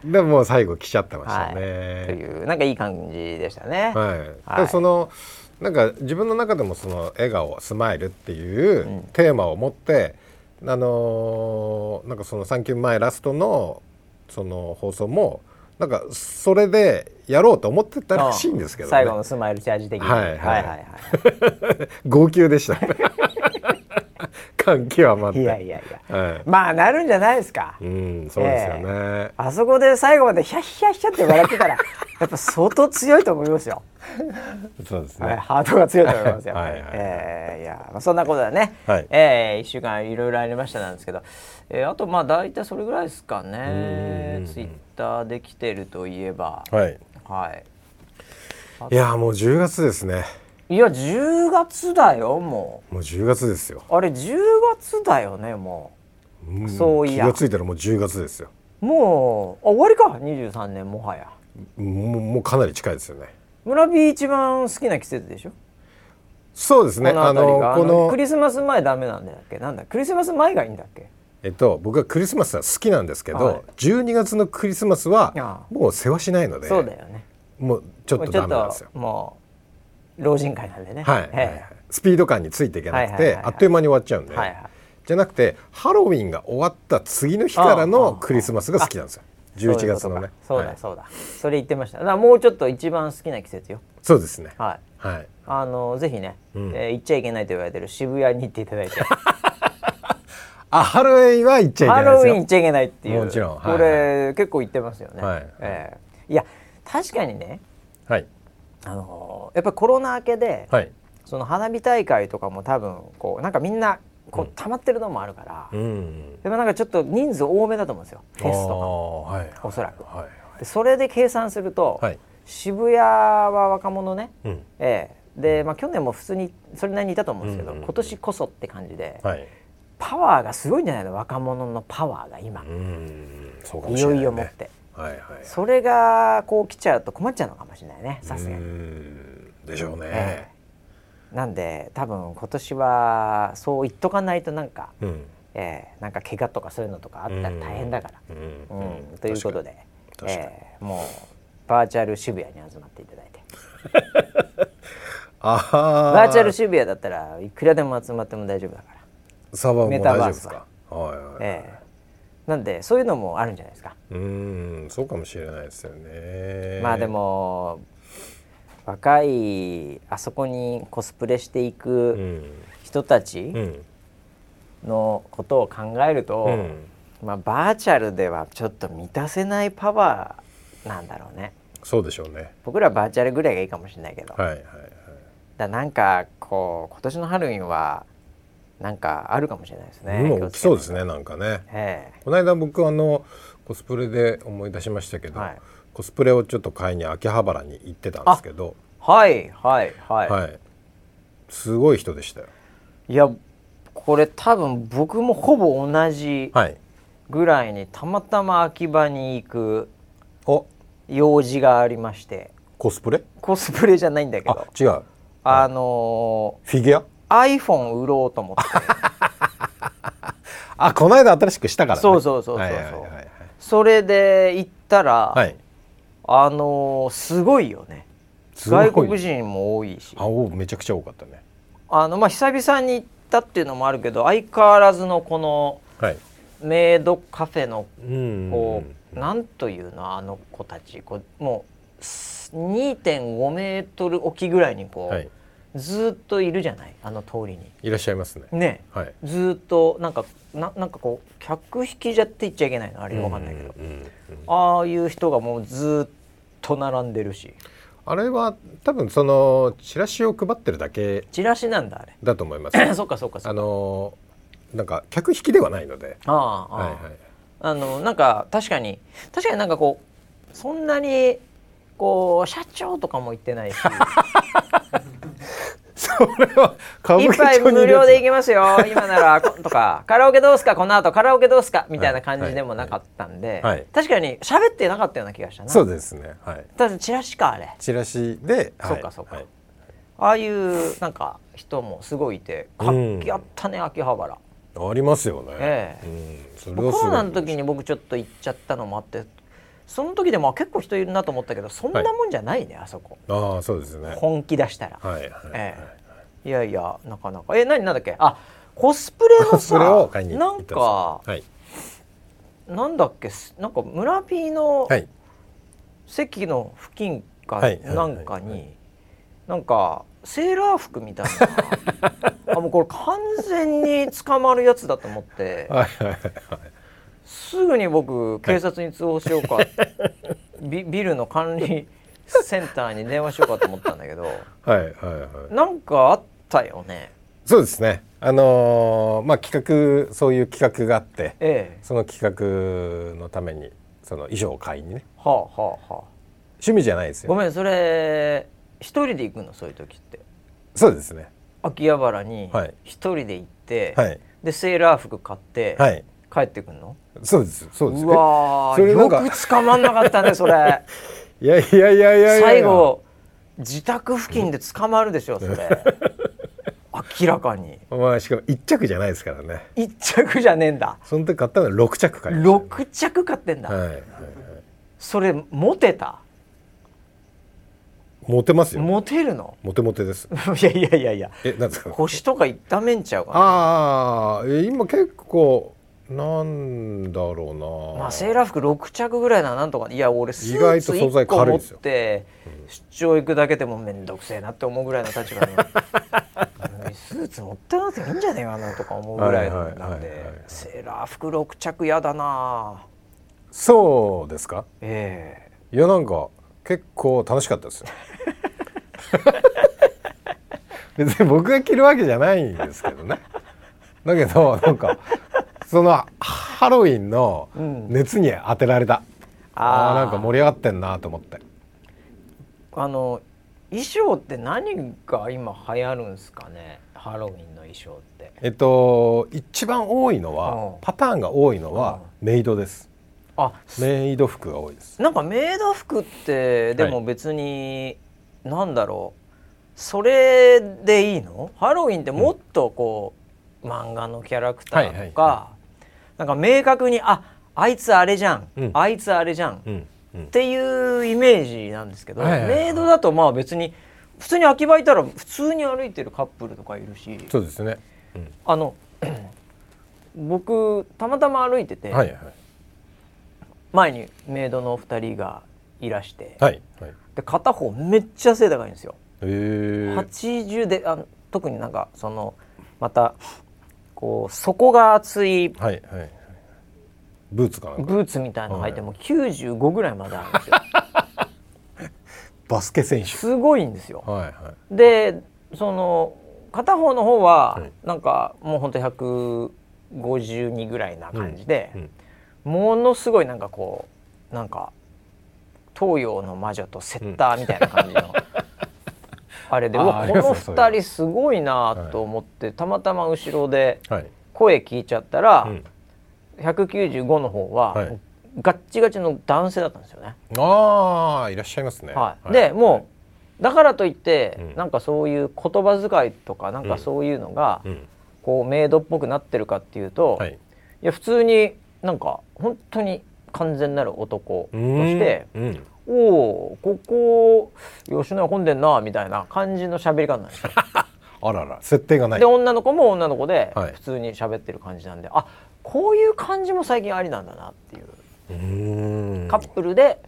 Speaker 2: うでももう最後来ちゃってました
Speaker 1: と
Speaker 2: ね。
Speaker 1: いうなんかいい感じでしたね、
Speaker 2: はい
Speaker 1: はい
Speaker 2: でそのなんか自分の中でもその笑顔スマイルっていうテーマを持って、あのーなんかその産休前ラストのその放送もなんかそれでやろうと思ってたらしいんですけどね。
Speaker 1: 最後のスマイルチャージ的に、
Speaker 2: はいはい
Speaker 1: はいはい
Speaker 2: 号泣 でしたね。感極まっ
Speaker 1: い
Speaker 2: て。
Speaker 1: やいやいや、
Speaker 2: はい
Speaker 1: まあなるんじゃないですか、
Speaker 2: うん、そうですよね。
Speaker 1: あそこで最後までヒャッヒャッヒャって笑って たらやっぱ相当強いと思いますよ、
Speaker 2: そうです
Speaker 1: はい、
Speaker 2: ね。
Speaker 1: ハートが強いと思いますよ
Speaker 2: はいはいはい
Speaker 1: えーいや、まあ、そんなことだね、
Speaker 2: はい
Speaker 1: えー、1週間いろいろありましたなんですけど、えーあとまあ大体それぐらいですかねツイッターで来てるといえば
Speaker 2: はい。
Speaker 1: はい
Speaker 2: いや、もう10月ですね。
Speaker 1: いや10月だよも
Speaker 2: もう10月ですよ。
Speaker 1: うあれ10月だよねも
Speaker 2: うん
Speaker 1: そういや
Speaker 2: 気がついたらもう10月ですよ。
Speaker 1: うもうあ終わりか23年もはや
Speaker 2: もう、もうかなり近いですよね。
Speaker 1: 村ビ一番好きな季節でしょ
Speaker 2: そうですね。
Speaker 1: この
Speaker 2: あ
Speaker 1: 辺り
Speaker 2: の
Speaker 1: が、あ
Speaker 2: こ
Speaker 1: のク
Speaker 2: の、
Speaker 1: リスマス前ダメなんだっけなんだクリスマス前がいいんだっけ
Speaker 2: えっと、僕はクリスマスは好きなんですけ
Speaker 1: はい
Speaker 2: ど、12月のクリスマス
Speaker 1: あ
Speaker 2: は
Speaker 1: あ
Speaker 2: もう世話しないので、
Speaker 1: そうだよね
Speaker 2: もうちょっ
Speaker 1: もう
Speaker 2: と
Speaker 1: ちょ
Speaker 2: ダ
Speaker 1: っ
Speaker 2: メなんです
Speaker 1: と
Speaker 2: よ。
Speaker 1: もう老人会なんでね
Speaker 2: はい、はいはい
Speaker 1: ええ
Speaker 2: スピード感についていけなく
Speaker 1: はいはいはい
Speaker 2: て
Speaker 1: はい
Speaker 2: あっという間に終わっちゃうんで、
Speaker 1: はいはい
Speaker 2: じゃなくてハロウィンが終わった次の日から
Speaker 1: ああ
Speaker 2: のクリスマスが好きなんですよ11月のね
Speaker 1: そういうことかそう
Speaker 2: は
Speaker 1: だ
Speaker 2: い
Speaker 1: そうだ、それ言ってましただからもうちょっと一番好きな季節よ
Speaker 2: そうですね
Speaker 1: はい
Speaker 2: はい
Speaker 1: あのぜひね、えー行っちゃいけないと言われてる渋谷に行っていただ いて
Speaker 2: あハロウィンは行っちゃい
Speaker 1: ハ
Speaker 2: けないで
Speaker 1: ロウィ
Speaker 2: す
Speaker 1: ン
Speaker 2: よ
Speaker 1: 行っちゃいけないっていう
Speaker 2: もちろんはい
Speaker 1: これ結構行ってますよね、
Speaker 2: はい
Speaker 1: ええいや確かにね
Speaker 2: はい
Speaker 1: あのーやっぱりコロナ明けで、
Speaker 2: はい
Speaker 1: その花火大会とかも多分こうなんかみんなこう溜まってるのもあるから、
Speaker 2: うん
Speaker 1: でもなんかちょっと人数多めだと思うんですよフェスと
Speaker 2: ああはい
Speaker 1: かおそらく、
Speaker 2: はい
Speaker 1: でそれで計算すると、
Speaker 2: はい
Speaker 1: 渋谷は若者ね、
Speaker 2: うん
Speaker 1: ええで、まあ、去年も普通にそれなりにいたと思うんですけど、
Speaker 2: うんうんうん
Speaker 1: 今年こそって感じで、
Speaker 2: はい
Speaker 1: パワーがすごいんじゃないの若者のパワーが今、
Speaker 2: うんそうかも
Speaker 1: い
Speaker 2: し
Speaker 1: よ
Speaker 2: れない、ね、
Speaker 1: いよ持って
Speaker 2: はいはい
Speaker 1: それがこう来ちゃうと困っちゃうのかもしれないねさすが
Speaker 2: う
Speaker 1: に。
Speaker 2: んでしょうね、
Speaker 1: えなんで多分今年はそう言っとかないとなんか
Speaker 2: うん
Speaker 1: えー、なんか怪我とかそういうのとかあったら大変だから。
Speaker 2: うん
Speaker 1: うんということで、
Speaker 2: 確かに
Speaker 1: えーもうバーチャル渋谷に集まっていただいて
Speaker 2: あ
Speaker 1: バーチャル渋谷だったらいくらでも集まっても大丈夫だから、
Speaker 2: サーバー
Speaker 1: メ
Speaker 2: も
Speaker 1: タ
Speaker 2: 大丈
Speaker 1: バ
Speaker 2: 夫
Speaker 1: ー
Speaker 2: で
Speaker 1: ス
Speaker 2: す
Speaker 1: は
Speaker 2: かはいはい、
Speaker 1: ええなんでそういうのもあるんじゃないですか、
Speaker 2: うーんそうかもしれないですよね
Speaker 1: まあでも若いあそこにコスプレしていうく
Speaker 2: ん
Speaker 1: 人たち
Speaker 2: うん
Speaker 1: のことを考えると、
Speaker 2: うん
Speaker 1: まあ、バーチャルではちょっと満たせないパワーなんだろうね
Speaker 2: そうでしょうね
Speaker 1: 僕らバーチャルぐらいがいいかもしれないけど、
Speaker 2: はいはいはい
Speaker 1: だなんかこう今年のハロウィンはなんかあるかもしれないですね。
Speaker 2: も
Speaker 1: 気を
Speaker 2: う
Speaker 1: つ
Speaker 2: 起
Speaker 1: け
Speaker 2: きそうですねなんかね
Speaker 1: ええ
Speaker 2: この間僕あのコスプレで思い出しましたけど、
Speaker 1: はい
Speaker 2: コスプレをちょっと買いに秋葉原に行ってたんですけど
Speaker 1: はいはいはい。
Speaker 2: はいすごい人でしたよ
Speaker 1: い、やこれ多分僕もほぼ同じ
Speaker 2: はい
Speaker 1: ぐらいにたまたま秋葉に行く
Speaker 2: お
Speaker 1: 用事がありまして
Speaker 2: コスプレ
Speaker 1: コスプレじゃないんだけ
Speaker 2: あ
Speaker 1: ど
Speaker 2: 違う
Speaker 1: あの
Speaker 2: フィギュア
Speaker 1: ー iPhone 売ろうと思って
Speaker 2: あこの間新しくしたから、ね、
Speaker 1: そうそうそうそうそう
Speaker 2: はいはいはいはい
Speaker 1: それで行ったら、
Speaker 2: はい
Speaker 1: あのーすごいよね
Speaker 2: すごい
Speaker 1: 外国人も多いし
Speaker 2: あおめちゃくちゃ多かったね
Speaker 1: あのまあ久々に行ったっていうのもあるけど相変わらずのこの
Speaker 2: はい
Speaker 1: メイドカフェの
Speaker 2: うん
Speaker 1: こう、なんというのあの子たちこうもうす2.5メートル置きぐらいにこう、
Speaker 2: はい
Speaker 1: ずーっといるじゃないあの通りに。
Speaker 2: いらっしゃいますね
Speaker 1: ね
Speaker 2: はい
Speaker 1: ずーっとなんかななんかこう客引きじゃって言っちゃいけないのあれわかんないけど、
Speaker 2: うんうんうん
Speaker 1: ああいう人がもうずーっと並んでるし
Speaker 2: あれは多分そのチラシを配ってるだけ
Speaker 1: チラシなんだあ
Speaker 2: だと思 います
Speaker 1: れそっかそっかそ
Speaker 2: あ
Speaker 1: っか
Speaker 2: のなんか客引きではないので
Speaker 1: ああああ、
Speaker 2: はいはい
Speaker 1: あのなんか確かに確かになんかこうそんなにこう社長とかも言って ないし
Speaker 2: それは歌舞
Speaker 1: 一
Speaker 2: 伎
Speaker 1: 杯
Speaker 2: 町に
Speaker 1: 無
Speaker 2: いる
Speaker 1: 料
Speaker 2: やつ
Speaker 1: で行けますよ今ならこ とかカラオケどうすかこの後カラオケどうすかみたいな感じでもなかったんで、
Speaker 2: はいはい
Speaker 1: 確かに喋ってなかったような気がしたな
Speaker 2: そうですねはい
Speaker 1: ただチラシかあれ
Speaker 2: チラシで
Speaker 1: そ
Speaker 2: は
Speaker 1: う
Speaker 2: い
Speaker 1: かそうか
Speaker 2: はい
Speaker 1: ああいうなんか人もすごいいて活気あったね、秋葉原
Speaker 2: ありますよね
Speaker 1: え
Speaker 2: うんそれ
Speaker 1: コ
Speaker 2: はす
Speaker 1: ロ
Speaker 2: ご
Speaker 1: ナの時
Speaker 2: い
Speaker 1: に僕ちょっと行っちゃったのもあってその時でもあ結構人いるなと思ったけどそんなもんじゃないね、あそこ
Speaker 2: ああそうですねはい
Speaker 1: 本気出したら、
Speaker 2: はい
Speaker 1: え
Speaker 2: は
Speaker 1: え、いやいやなかなかえ何なんだっけあコスプレの
Speaker 2: いそれを
Speaker 1: さ
Speaker 2: 買いに
Speaker 1: な
Speaker 2: 行っ
Speaker 1: ん
Speaker 2: たです
Speaker 1: か
Speaker 2: はい
Speaker 1: なんだっけすなんか村ピーの
Speaker 2: はい
Speaker 1: 席の付近か
Speaker 2: はい
Speaker 1: なんか
Speaker 2: はいはいは
Speaker 1: になんかセーラー服みたい なあもうこれ完全に捕まるやつだと思って
Speaker 2: はいはいはい
Speaker 1: すぐに僕警察に通報しよう か、ビビルの管理センターに電話しようかと思ったんだけど
Speaker 2: はいはいはい
Speaker 1: なんかあったよね
Speaker 2: そうですね。あのーまあ企画そういう企画があって、
Speaker 1: ええ
Speaker 2: その企画のためにその衣装を買いにね、
Speaker 1: はあはあはあ
Speaker 2: 趣味じゃないです
Speaker 1: ご
Speaker 2: よ。
Speaker 1: めんそれ一人で行くのそういう時って
Speaker 2: そうですね。
Speaker 1: 秋葉原に
Speaker 2: はい
Speaker 1: 一人で行って、
Speaker 2: はい
Speaker 1: でセーラー服買って、
Speaker 2: はい。
Speaker 1: 帰ってくんの
Speaker 2: そうですそうです。
Speaker 1: うわ
Speaker 2: えそ
Speaker 1: ー
Speaker 2: れなんか
Speaker 1: よく捕まんなか ったねそれ
Speaker 2: えいやいやいやいやいや。
Speaker 1: 最。後自宅付近で捕まるでしょそ れ明らかに
Speaker 2: まあしかも一着じゃないですからね。
Speaker 1: 一着じゃねえんだ
Speaker 2: その時買ったのは六着買いましたね、
Speaker 1: 六着買ってんだ、
Speaker 2: はいはいはい。
Speaker 1: それモテた
Speaker 2: モテますよ。
Speaker 1: モテるの
Speaker 2: モテモテです。
Speaker 1: いやいやいやい や
Speaker 2: えなんですか。
Speaker 1: 腰とか痛めんちゃうかな
Speaker 2: ああえ今結構なんだろうな。
Speaker 1: まあ、セーラー服6着ぐらいならなんとかいや俺スーツ
Speaker 2: 意外と素
Speaker 1: 1
Speaker 2: 材
Speaker 1: 個
Speaker 2: 軽
Speaker 1: 持
Speaker 2: い
Speaker 1: っ
Speaker 2: ですよ
Speaker 1: て出張行くだけでも面倒くせえなって思うぐらいの立場に うんスーツ持ってなくてもいいんじゃねえかなとか思うぐらいな
Speaker 2: はいは
Speaker 1: ん
Speaker 2: いはいはいはい
Speaker 1: でセーラー服6着やだなあ
Speaker 2: そうですか。
Speaker 1: え
Speaker 2: いやなんか結構楽しかったですよ 別に僕が着るわけじゃないんですけどねだけどなんかそのハロウィンの熱に当てられた、
Speaker 1: え
Speaker 2: あー
Speaker 1: あ
Speaker 2: なんか盛り上がってんなと思って
Speaker 1: あの衣装って何が今流行るんですかねハロウィンの衣装って
Speaker 2: えっと一番多いの
Speaker 1: うん
Speaker 2: はパターンが多いのはメイドです
Speaker 1: あ
Speaker 2: メイド服が多いです
Speaker 1: なんかメイド服ってでも別に、なんだろうそれでいいのハロウィンってもっとこう、漫画のキャラクターとか、
Speaker 2: はいはいは
Speaker 1: なんか明確にああいつあれじゃん、
Speaker 2: うん
Speaker 1: あいつあれじゃん、
Speaker 2: うん
Speaker 1: っていうイメージなんですけど、
Speaker 2: はいはいはい
Speaker 1: メイドだとまあ別に普通に空き場いたら普通に歩いてるカップルとかいるし
Speaker 2: そうですね、
Speaker 1: あの僕たまたま歩いてて、
Speaker 2: はいはい
Speaker 1: 前にメイドのお二人がいらして、
Speaker 2: はいはい
Speaker 1: で片方めっちゃ背高いんですよ。
Speaker 2: えー、
Speaker 1: 80であの特になんかそのまたこう底が厚い
Speaker 2: はいはいはいブーツかなんか
Speaker 1: ブーツみたいなの履いても95ぐらいまであるんですよ。
Speaker 2: バスケ選手
Speaker 1: すごいんですよ。
Speaker 2: はいは
Speaker 1: でその片方の方は
Speaker 2: はい
Speaker 1: なんかもうほんと152ぐらいな感じで、
Speaker 2: い、うん、
Speaker 1: ものすごいなんかこうなんか東洋の魔女とセッターみたいな感じの、 あれで
Speaker 2: あー
Speaker 1: うわ
Speaker 2: あり
Speaker 1: こ
Speaker 2: ます
Speaker 1: の
Speaker 2: ねそういうの
Speaker 1: 2人すごいなと思って、たまたま後ろで
Speaker 2: はい、
Speaker 1: 声聞いちゃったら、
Speaker 2: うん、
Speaker 1: 195の方は、
Speaker 2: はい
Speaker 1: ガッチガチの男性だったんですよね。
Speaker 2: ああいらっしゃいますね
Speaker 1: はいでもうだからといって、
Speaker 2: うん
Speaker 1: なんかそういう言葉遣いとかなん
Speaker 2: う
Speaker 1: か
Speaker 2: ん
Speaker 1: そういうのが、
Speaker 2: うん
Speaker 1: こうメイドっぽくなってるかっていうと、、
Speaker 2: はいい
Speaker 1: や普通になんか本当に完全なる男として。
Speaker 2: うんうん
Speaker 1: おおーここ吉野家混んでんなみたいな感じの喋り方なんですよ。
Speaker 2: あらら設定がない
Speaker 1: で女の子も女の子で
Speaker 2: はい
Speaker 1: 普通に喋ってる感じなんで、あこういう感じも最近ありなんだなっていう、
Speaker 2: うーん
Speaker 1: カップルで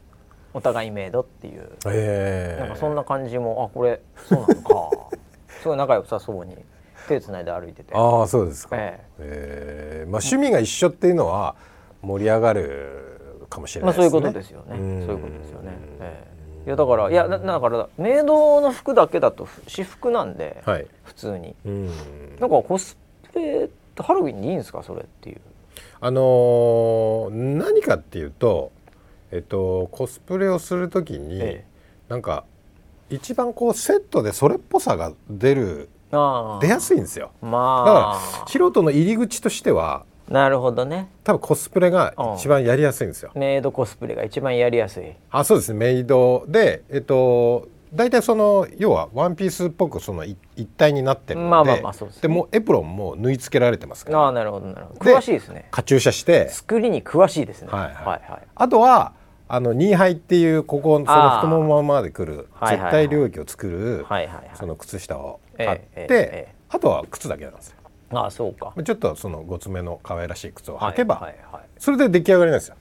Speaker 1: お互いメイドっていう
Speaker 2: ええ
Speaker 1: なんかそんな感じもあこれそうなのか すごい仲良さそうに手つないで歩いてて
Speaker 2: ああそうですか、
Speaker 1: え
Speaker 2: ええまあ、趣味が一緒っていうのは盛り上がるかもしれ
Speaker 1: ま
Speaker 2: な
Speaker 1: あ
Speaker 2: い
Speaker 1: そういうことですすよね
Speaker 2: うん
Speaker 1: そういうことですよね、ええいやだからいやだだからメイドの服だけだと私服なんで、
Speaker 2: はい
Speaker 1: 普通に
Speaker 2: うん
Speaker 1: なんかコスプレってハロウィンにいいんですかそれっていう
Speaker 2: あのー何かっていうとえっとコスプレをするときに、
Speaker 1: ええ
Speaker 2: なんか一番こうセットでそれっぽさが出る
Speaker 1: あ
Speaker 2: 出やすいんですよだ
Speaker 1: ま
Speaker 2: から
Speaker 1: あ
Speaker 2: 素人の入り口としては
Speaker 1: なるほどね
Speaker 2: 多分コスプレが一番やりやすいんですよ
Speaker 1: メイドコスプレが一番やりやすい
Speaker 2: あそうですねメイドでえっと大体その要はワンピースっぽくそのい一体になってるので,、
Speaker 1: まあまあまあそうですね
Speaker 2: でもうエプロンも縫い付けられてますから
Speaker 1: ああなるほどなるほど
Speaker 2: で
Speaker 1: 詳しいですね
Speaker 2: カチューシャして
Speaker 1: 作りに詳しいですね
Speaker 2: はいはい
Speaker 1: はい
Speaker 2: あとはあのニーハイっていうここその太ももまで来る
Speaker 1: あーはい
Speaker 2: 絶
Speaker 1: はいはい
Speaker 2: 対領域を作る、
Speaker 1: はいはいはい
Speaker 2: その靴下を
Speaker 1: ええ
Speaker 2: 買って、
Speaker 1: ええええ
Speaker 2: あとは靴だけなんですよ
Speaker 1: ああそうか
Speaker 2: ちょっとそのごつめの可愛らしい靴を履けば、
Speaker 1: はいはいはい
Speaker 2: それで出来上がりなんですよ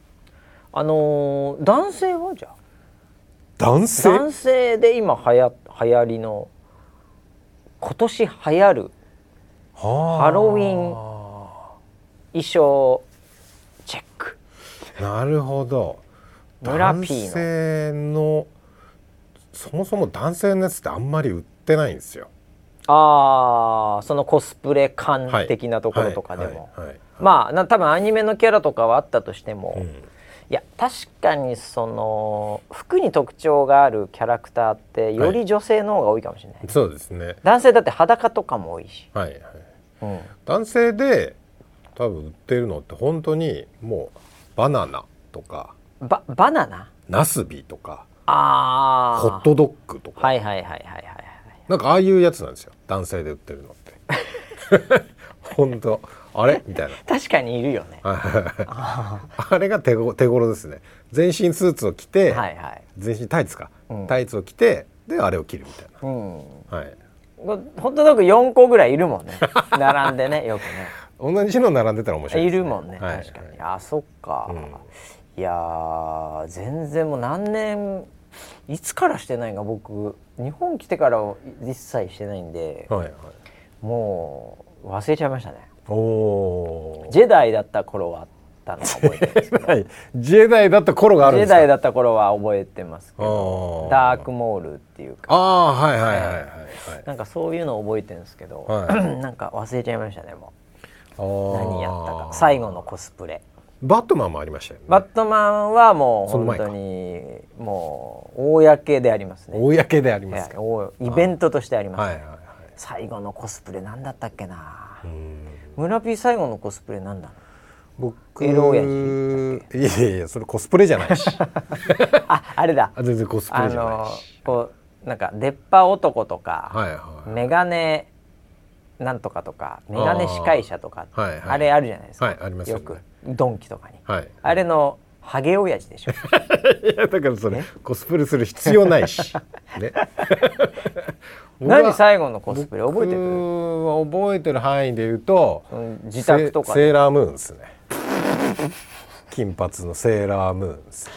Speaker 1: あのー男性はじゃあ
Speaker 2: 男性
Speaker 1: 男性で今はや流行りの今年流行るハ
Speaker 2: ハ
Speaker 1: ロウィン衣装チェック
Speaker 2: なるほど
Speaker 1: 村
Speaker 2: 男
Speaker 1: P の
Speaker 2: 性のそもそも男性のやつってあんまり売ってないんですよ
Speaker 1: ああそのコスプレ感的なところとかでも、
Speaker 2: はいはいはい
Speaker 1: まあな多分アニメのキャラとかはあったとしても、
Speaker 2: う
Speaker 1: い
Speaker 2: ん
Speaker 1: や確かにその服に特徴があるキャラクターってより女性の方が多いかもしれない、
Speaker 2: そうですね
Speaker 1: 男性だって裸とかも多いし、
Speaker 2: はいはい
Speaker 1: うん
Speaker 2: 男性で多分売ってるのって本当にもうバナナとか
Speaker 1: ババナナ
Speaker 2: ナスビとか
Speaker 1: ああ
Speaker 2: ホットドッグとか、
Speaker 1: はいはいはいはいはいはい
Speaker 2: なんかああいうやつなんですよ男性で売ってるのって 本当あれみたいな
Speaker 1: 確かにいるよねは
Speaker 2: あれが手ご手頃ですね全身スーツを着て、
Speaker 1: いはい、
Speaker 2: 全身タイツか、
Speaker 1: うん
Speaker 2: タイツを着てであれを着るみたい
Speaker 1: うん、
Speaker 2: な、はい、
Speaker 1: ホットドッグ4個ぐらいいるもんね並んでねよくね
Speaker 2: 同じの並んでたら面白い
Speaker 1: い
Speaker 2: ですね、
Speaker 1: るもんね、
Speaker 2: はい
Speaker 1: 確か
Speaker 2: は
Speaker 1: に
Speaker 2: い
Speaker 1: あそっか、いやー全然もう何年いつからしてないか僕日本来てから一切してないんで
Speaker 2: はいはい
Speaker 1: もう忘れちゃいましたね
Speaker 2: おお
Speaker 1: ジェダイだった頃はあったのは覚えてるんですけど
Speaker 2: ジェダイだった頃があるん
Speaker 1: ジ
Speaker 2: で
Speaker 1: ェ
Speaker 2: すか
Speaker 1: ダイだった頃は覚えてますけ
Speaker 2: あ
Speaker 1: ど
Speaker 2: ー
Speaker 1: ダークモールっていうか
Speaker 2: ああはいはいはいはいはい
Speaker 1: なんかそういうのを覚えてるんですけど、
Speaker 2: は
Speaker 1: なんか忘れちゃいましたねも
Speaker 2: あ
Speaker 1: う
Speaker 2: ー
Speaker 1: 何やったか最後のコスプレ
Speaker 2: バットマンもありましたよね
Speaker 1: バットマンはもう
Speaker 2: その
Speaker 1: 本
Speaker 2: 前か
Speaker 1: 当にもう公でありますね
Speaker 2: 公であります
Speaker 1: え
Speaker 2: け
Speaker 1: え
Speaker 2: ど
Speaker 1: おイベントとしてあります、
Speaker 2: はい
Speaker 1: ね
Speaker 2: はいはい
Speaker 1: 最後のコスプレ何だったっけな
Speaker 2: うん
Speaker 1: 村ピー最後のコスプレ何なの
Speaker 2: 僕
Speaker 1: エロ親
Speaker 2: いやいやいやそれコスプレじ ゃないし
Speaker 1: ああれだ
Speaker 2: あ全然コスプ
Speaker 1: あ
Speaker 2: レじゃ
Speaker 1: の
Speaker 2: ないし
Speaker 1: こうなんか出っ歯男とか、
Speaker 2: はいはい
Speaker 1: メガネなんとかとかメガネ司会者とか
Speaker 2: あーはいはい
Speaker 1: あれあるじゃないですか、
Speaker 2: はいありますよ
Speaker 1: よ
Speaker 2: ね
Speaker 1: くドンキとかに、
Speaker 2: はい
Speaker 1: あれのハゲ親父でしょ
Speaker 2: いやだからそれコスプレする必要な いし、ね、僕は
Speaker 1: 何最後のコスプレ覚えて
Speaker 2: 僕
Speaker 1: る
Speaker 2: は覚えてる範囲で言うと
Speaker 1: その自宅とか
Speaker 2: セ
Speaker 1: で
Speaker 2: セーラームーンですね金髪のセーラームーンです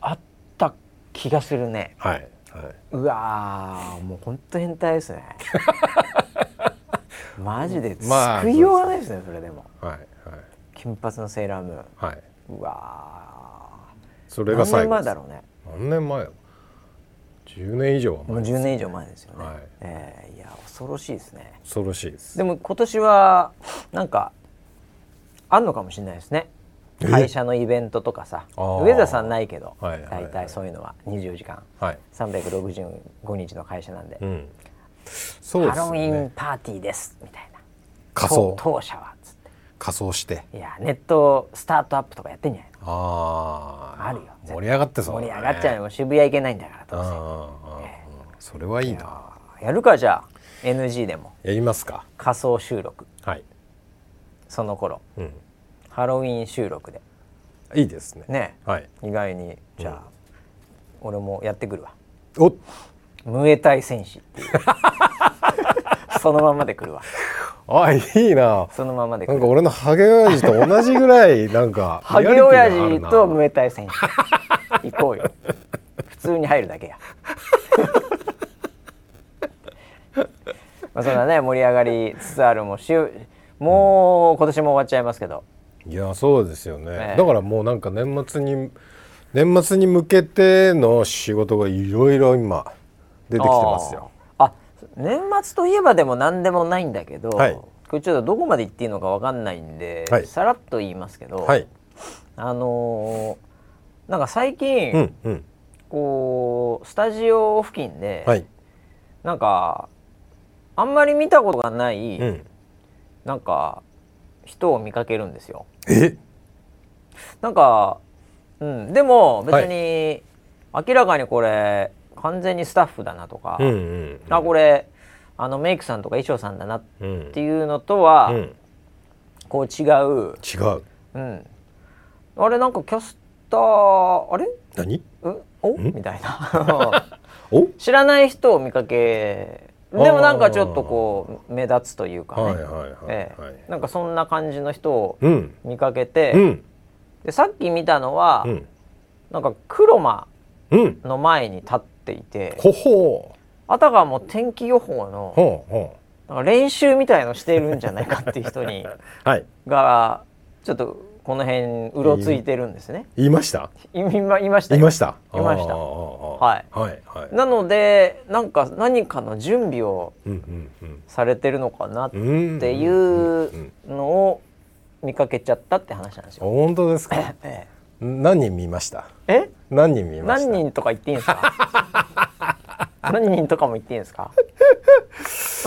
Speaker 1: あった気がするね
Speaker 2: はい、は
Speaker 1: うわーもうほんと変態です ねマジで
Speaker 2: まあ
Speaker 1: 救いようがないですねそれでも
Speaker 2: いはいはい
Speaker 1: 金髪のセーラームーン
Speaker 2: はい、
Speaker 1: うわ
Speaker 2: それ
Speaker 1: ー
Speaker 2: が
Speaker 1: 何
Speaker 2: 最
Speaker 1: 年
Speaker 2: 後
Speaker 1: 前
Speaker 2: で
Speaker 1: だ
Speaker 2: す
Speaker 1: ろうね
Speaker 2: 何年前10年以上は
Speaker 1: も
Speaker 2: 前
Speaker 1: う10年以上前ですよね、
Speaker 2: はい
Speaker 1: えーいや恐ろしいですね
Speaker 2: 恐ろしいです
Speaker 1: でも今年はなんかあんのかもしれないですね会社のイベントとかさ
Speaker 2: あー
Speaker 1: 上田さんないけど、
Speaker 2: はいはいはい
Speaker 1: 大体そういうのは24時間
Speaker 2: はい
Speaker 1: 365日の会社なんで、
Speaker 2: うんそうで
Speaker 1: ハロ
Speaker 2: す
Speaker 1: ウ
Speaker 2: ね
Speaker 1: ィンパーティーですみたいな
Speaker 2: 仮装
Speaker 1: と当社はつっ
Speaker 2: 仮装して
Speaker 1: ていやネットスタートアップとかやってんじゃない
Speaker 2: ああ
Speaker 1: あるよ絶対
Speaker 2: 盛り上がってそ
Speaker 1: の
Speaker 2: う
Speaker 1: 盛
Speaker 2: だ
Speaker 1: り
Speaker 2: ね
Speaker 1: 上がっちゃうよもう渋谷行けないんだから
Speaker 2: うんう
Speaker 1: と
Speaker 2: んうんうんそれはいいな
Speaker 1: やるかじゃあ NG でも
Speaker 2: やりますか
Speaker 1: 仮想収録
Speaker 2: はい、
Speaker 1: その頃
Speaker 2: うん、
Speaker 1: ハロウィン収録で
Speaker 2: いいですね
Speaker 1: ね
Speaker 2: はい
Speaker 1: 意外にじゃあ、俺もやってくるわ
Speaker 2: おっ
Speaker 1: ムエタイ戦士 っていうそのままで来るわ
Speaker 2: あいいな
Speaker 1: そのままで
Speaker 2: な
Speaker 1: 来
Speaker 2: んか
Speaker 1: る
Speaker 2: 俺のハゲ親父と同じぐらいなん か
Speaker 1: ハゲ親
Speaker 2: リアリティ
Speaker 1: 父
Speaker 2: があ
Speaker 1: と
Speaker 2: るな
Speaker 1: ムエタイ戦士行こうよ普通に入るだけやまあそんなね盛り上がりつつあるもうしゅもう今年も終わっちゃいますけど
Speaker 2: いやそうですよね、
Speaker 1: ええ
Speaker 2: だからもうなんか年末に年末に向けての仕事がいろいろ今出てきてますよ
Speaker 1: あーあ年末といえばでも何でもないんだけど、
Speaker 2: はい
Speaker 1: これちょっとどこまで言っていいのかわかんないんで、
Speaker 2: はい
Speaker 1: さらっと言いますけど、
Speaker 2: はい
Speaker 1: あのーなんか最近、
Speaker 2: うんうん
Speaker 1: こうスタジオ付近で、
Speaker 2: はい
Speaker 1: なんかあんまり見たことがない、
Speaker 2: うん
Speaker 1: なんか人を見かけるんですよ。
Speaker 2: え
Speaker 1: なんか、うん、でも別に、明らかにこれ完全にスタッフだなとか、
Speaker 2: うんうん
Speaker 1: あこれあのメイクさんとか衣装さんだなっ
Speaker 2: うん
Speaker 1: ていうのとは、
Speaker 2: うん違
Speaker 1: こう違う、
Speaker 2: う
Speaker 1: うん、あれなんかキャスターあれ
Speaker 2: 何
Speaker 1: うんお
Speaker 2: ん
Speaker 1: みたいな
Speaker 2: お
Speaker 1: 知らない人を見かけでもなんかちょっとこう目立つというかね、
Speaker 2: はいはいはい
Speaker 1: ええ
Speaker 2: はい
Speaker 1: なんかそんな感じの人を
Speaker 2: うん
Speaker 1: 見かけて、
Speaker 2: うん
Speaker 1: でさっき見たのは、
Speaker 2: うん
Speaker 1: なんか黒間
Speaker 2: うん
Speaker 1: の前に立っていて
Speaker 2: ほほ
Speaker 1: あたかも天気予報
Speaker 2: う
Speaker 1: の
Speaker 2: ほうほ
Speaker 1: なんか練習みたいのしてるんじゃないかっていう人 に
Speaker 2: うはい
Speaker 1: がちょっとこの辺うろついてるんですね。
Speaker 2: 言いました
Speaker 1: いまいました
Speaker 2: 言い
Speaker 1: よ
Speaker 2: ま
Speaker 1: いまし
Speaker 2: した
Speaker 1: た
Speaker 2: あーあ
Speaker 1: はい
Speaker 2: ーあーはいはい
Speaker 1: なのでなんか何かの準備を
Speaker 2: うんうん
Speaker 1: されてるのかなっ
Speaker 2: うん
Speaker 1: ってい
Speaker 2: ん
Speaker 1: うのを見かけちゃったって話なんですよ。
Speaker 2: 本当ですか
Speaker 1: え
Speaker 2: 何人見ました
Speaker 1: え
Speaker 2: 何人見ました
Speaker 1: 何人とか言っていいんですか 何人とかも言っていいんですか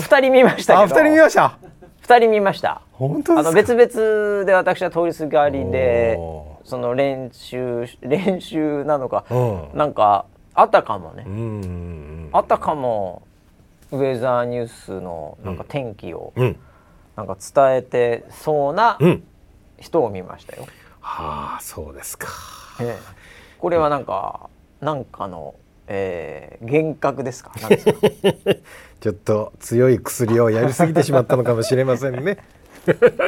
Speaker 1: 二人見ました
Speaker 2: あ
Speaker 1: け
Speaker 2: 二
Speaker 1: ど
Speaker 2: 人見ました
Speaker 1: 二人見ました
Speaker 2: 本当
Speaker 1: あ
Speaker 2: ですか
Speaker 1: の別々で私は通りすがりで
Speaker 2: お
Speaker 1: その練習練習なのか、
Speaker 2: うん
Speaker 1: なんかあたかもね、
Speaker 2: うんうん
Speaker 1: あたかもウェザーニュースのなんか天気を
Speaker 2: うん
Speaker 1: なんか伝えてそうな
Speaker 2: うん
Speaker 1: 人を見ましたよ。
Speaker 2: はあそうですか
Speaker 1: ええこれはなんか、なんかの、ええ幻覚ですか。なんですか
Speaker 2: ちょっと強い薬をやりすぎてしまったのかもしれま せんねそんなこと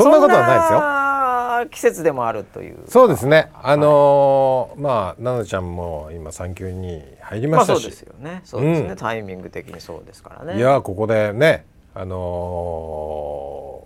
Speaker 2: はないですよ
Speaker 1: ないですよ。季節でもあるという。
Speaker 2: そうですねあのーまあ奈々ちゃんも今産休に入りま
Speaker 1: まあ、
Speaker 2: し
Speaker 1: そ
Speaker 2: た
Speaker 1: うで
Speaker 2: し
Speaker 1: すよね。そうですね、
Speaker 2: うん
Speaker 1: タイミング的にそうですからね。
Speaker 2: いやーここでねあの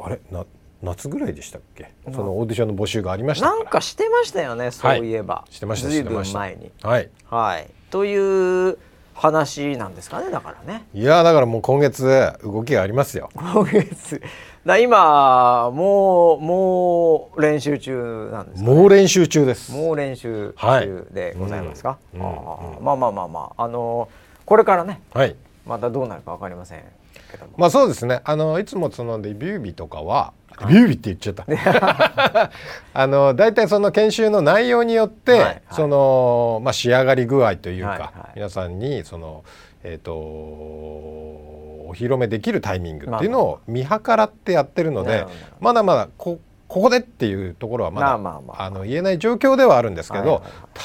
Speaker 2: ーあれな夏ぐらいでしたっけそのオーディションの募集がありました
Speaker 1: なんかしてましたよね。そういえば。
Speaker 2: してました
Speaker 1: ず
Speaker 2: し
Speaker 1: い
Speaker 2: て
Speaker 1: ぶ
Speaker 2: ま
Speaker 1: ん
Speaker 2: した
Speaker 1: 前に。
Speaker 2: はい
Speaker 1: はい。という話なんですかね。だから ね。
Speaker 2: いやーだからもう今月動きがありますよ
Speaker 1: 今月。だ、今、もう、もう練習中なんですか、ね。
Speaker 2: もう練習中です
Speaker 1: もう練習
Speaker 2: はい
Speaker 1: 中でございますか。
Speaker 2: うんうん
Speaker 1: あーまあまあまあまあ、あのーこれからね、
Speaker 2: はい
Speaker 1: またどうなるかわかりませんけども。
Speaker 2: まあそうですねあのいつもそのデビュー日とかはデビュー日って言っちゃった あの大体その研修の内容によって、
Speaker 1: はいはい
Speaker 2: その、まあ、仕上がり具合というか、
Speaker 1: はいはい
Speaker 2: 皆さんにそのえっ、とお披露目できるタイミングっていうのを見計らってやってるの
Speaker 1: なる
Speaker 2: で
Speaker 1: ほどなるほ
Speaker 2: まだまだこここでっていうところはまだ、
Speaker 1: まあまあまあ
Speaker 2: の言えない状況ではあるんですけど、
Speaker 1: はいは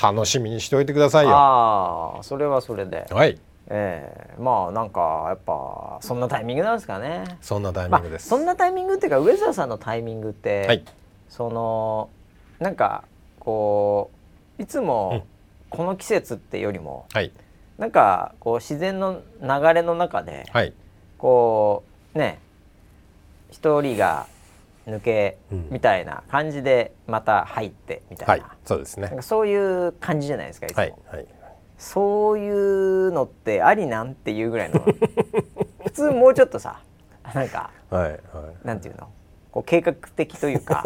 Speaker 1: い
Speaker 2: 楽しみにしておいてくださいよ。
Speaker 1: ああそれはそれで、
Speaker 2: はい、
Speaker 1: ええまあなんかやっぱそんなタイミングなんですかね
Speaker 2: そんなタイミ
Speaker 1: ま
Speaker 2: ングで
Speaker 1: あ、
Speaker 2: す。
Speaker 1: そんなタイミングっていうか上澤さんのタイミングって、
Speaker 2: はい、
Speaker 1: そのなんかこういつもこの季節ってよりも、
Speaker 2: はい、
Speaker 1: なんかこう自然の流れの中で、
Speaker 2: はい、
Speaker 1: こうね一人が抜け
Speaker 2: うん
Speaker 1: みたいな感じでまた入ってみた
Speaker 2: はいい
Speaker 1: な,、、
Speaker 2: そうです
Speaker 1: なん
Speaker 2: ね。
Speaker 1: かそういう感じじゃないですかいつも、
Speaker 2: はい、はい、
Speaker 1: そういうのってありなんっていうぐらいの普通もうちょっとさなんか
Speaker 2: はい、はい。
Speaker 1: なんていうのこう計画的というか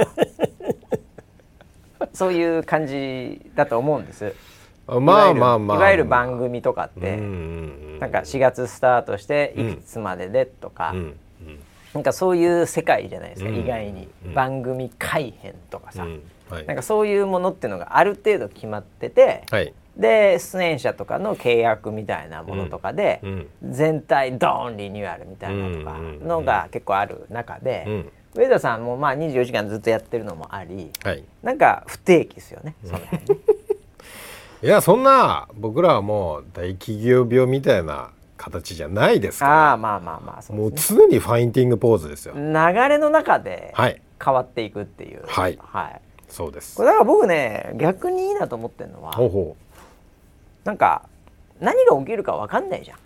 Speaker 1: そういう感じだと思うんです。
Speaker 2: あま
Speaker 1: いわゆ
Speaker 2: あ
Speaker 1: る
Speaker 2: まあまあ。
Speaker 1: いわゆる番組とかって、
Speaker 2: うんうんうん
Speaker 1: なんか4月スタートしていくつまででとか、
Speaker 2: うんうん
Speaker 1: なんかそういう世界じゃないですか、
Speaker 2: うん
Speaker 1: 意外に、
Speaker 2: うん
Speaker 1: 番組改編とか
Speaker 2: う
Speaker 1: さ、
Speaker 2: んはい
Speaker 1: なんかそういうものっていうのがある程度決まってて、
Speaker 2: はい
Speaker 1: で出演者とかの契約みたいなものとかで、
Speaker 2: うん
Speaker 1: 全体ドーンリニューアルみたいなとか
Speaker 2: うん
Speaker 1: のが結構ある中で、
Speaker 2: うん
Speaker 1: 上田さんもまあ24時間ずっとやってるのもあり
Speaker 2: はい
Speaker 1: なんか不定期ですよね。その辺 ね
Speaker 2: いやそんな僕らはもう大企業病みたいな形じゃないですか
Speaker 1: ああまあまあまあそ
Speaker 2: らも
Speaker 1: う
Speaker 2: う
Speaker 1: です
Speaker 2: 常にファインティングポーズですよ
Speaker 1: ね。流れの中で
Speaker 2: はい
Speaker 1: 変わっていくっていう。
Speaker 2: はい
Speaker 1: はい
Speaker 2: そうです
Speaker 1: これだから僕ね逆にいいなと思ってるのは
Speaker 2: ほうほ
Speaker 1: なんか何が起きるか分かんないじゃん、
Speaker 2: う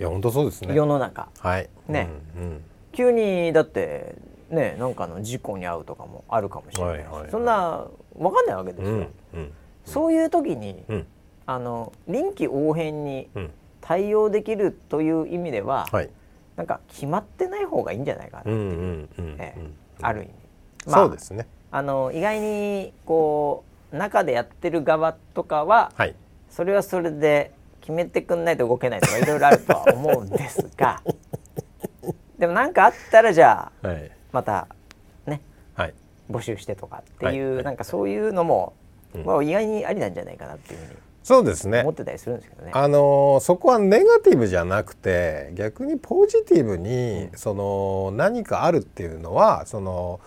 Speaker 2: いや本当そうですね
Speaker 1: 世の中
Speaker 2: はい
Speaker 1: ね
Speaker 2: うん
Speaker 1: 急にだってねなんかの事故に遭うとかもあるかもしれないし、
Speaker 2: はいはいはい
Speaker 1: そんな分かんないわけです
Speaker 2: う
Speaker 1: よ、
Speaker 2: んうん
Speaker 1: そういう時に、
Speaker 2: うん
Speaker 1: あの臨機応変に
Speaker 2: うん
Speaker 1: 対応できるという意味では、
Speaker 2: はい
Speaker 1: なんか決まってない方がいいんじゃないかな、
Speaker 2: うんうんうんうん
Speaker 1: ええある意味、まあ
Speaker 2: そうですね
Speaker 1: あの意外にこう中でやってる側とかは
Speaker 2: はい
Speaker 1: それはそれで決めてくんないと動けないとかいろいろあるとは思うんです がでも何かあったらじゃあ
Speaker 2: はい
Speaker 1: またね
Speaker 2: はい
Speaker 1: 募集してとかってい
Speaker 2: は
Speaker 1: う、
Speaker 2: いはい
Speaker 1: なんかそういうのも、
Speaker 2: うん
Speaker 1: まあ、意外にありなんじゃないかなっていうふうに
Speaker 2: そうですね
Speaker 1: 思ってたりするんですけどね。
Speaker 2: あのーそこはネガティブじゃなくて逆にポジティブに、その何かあるっていうのはその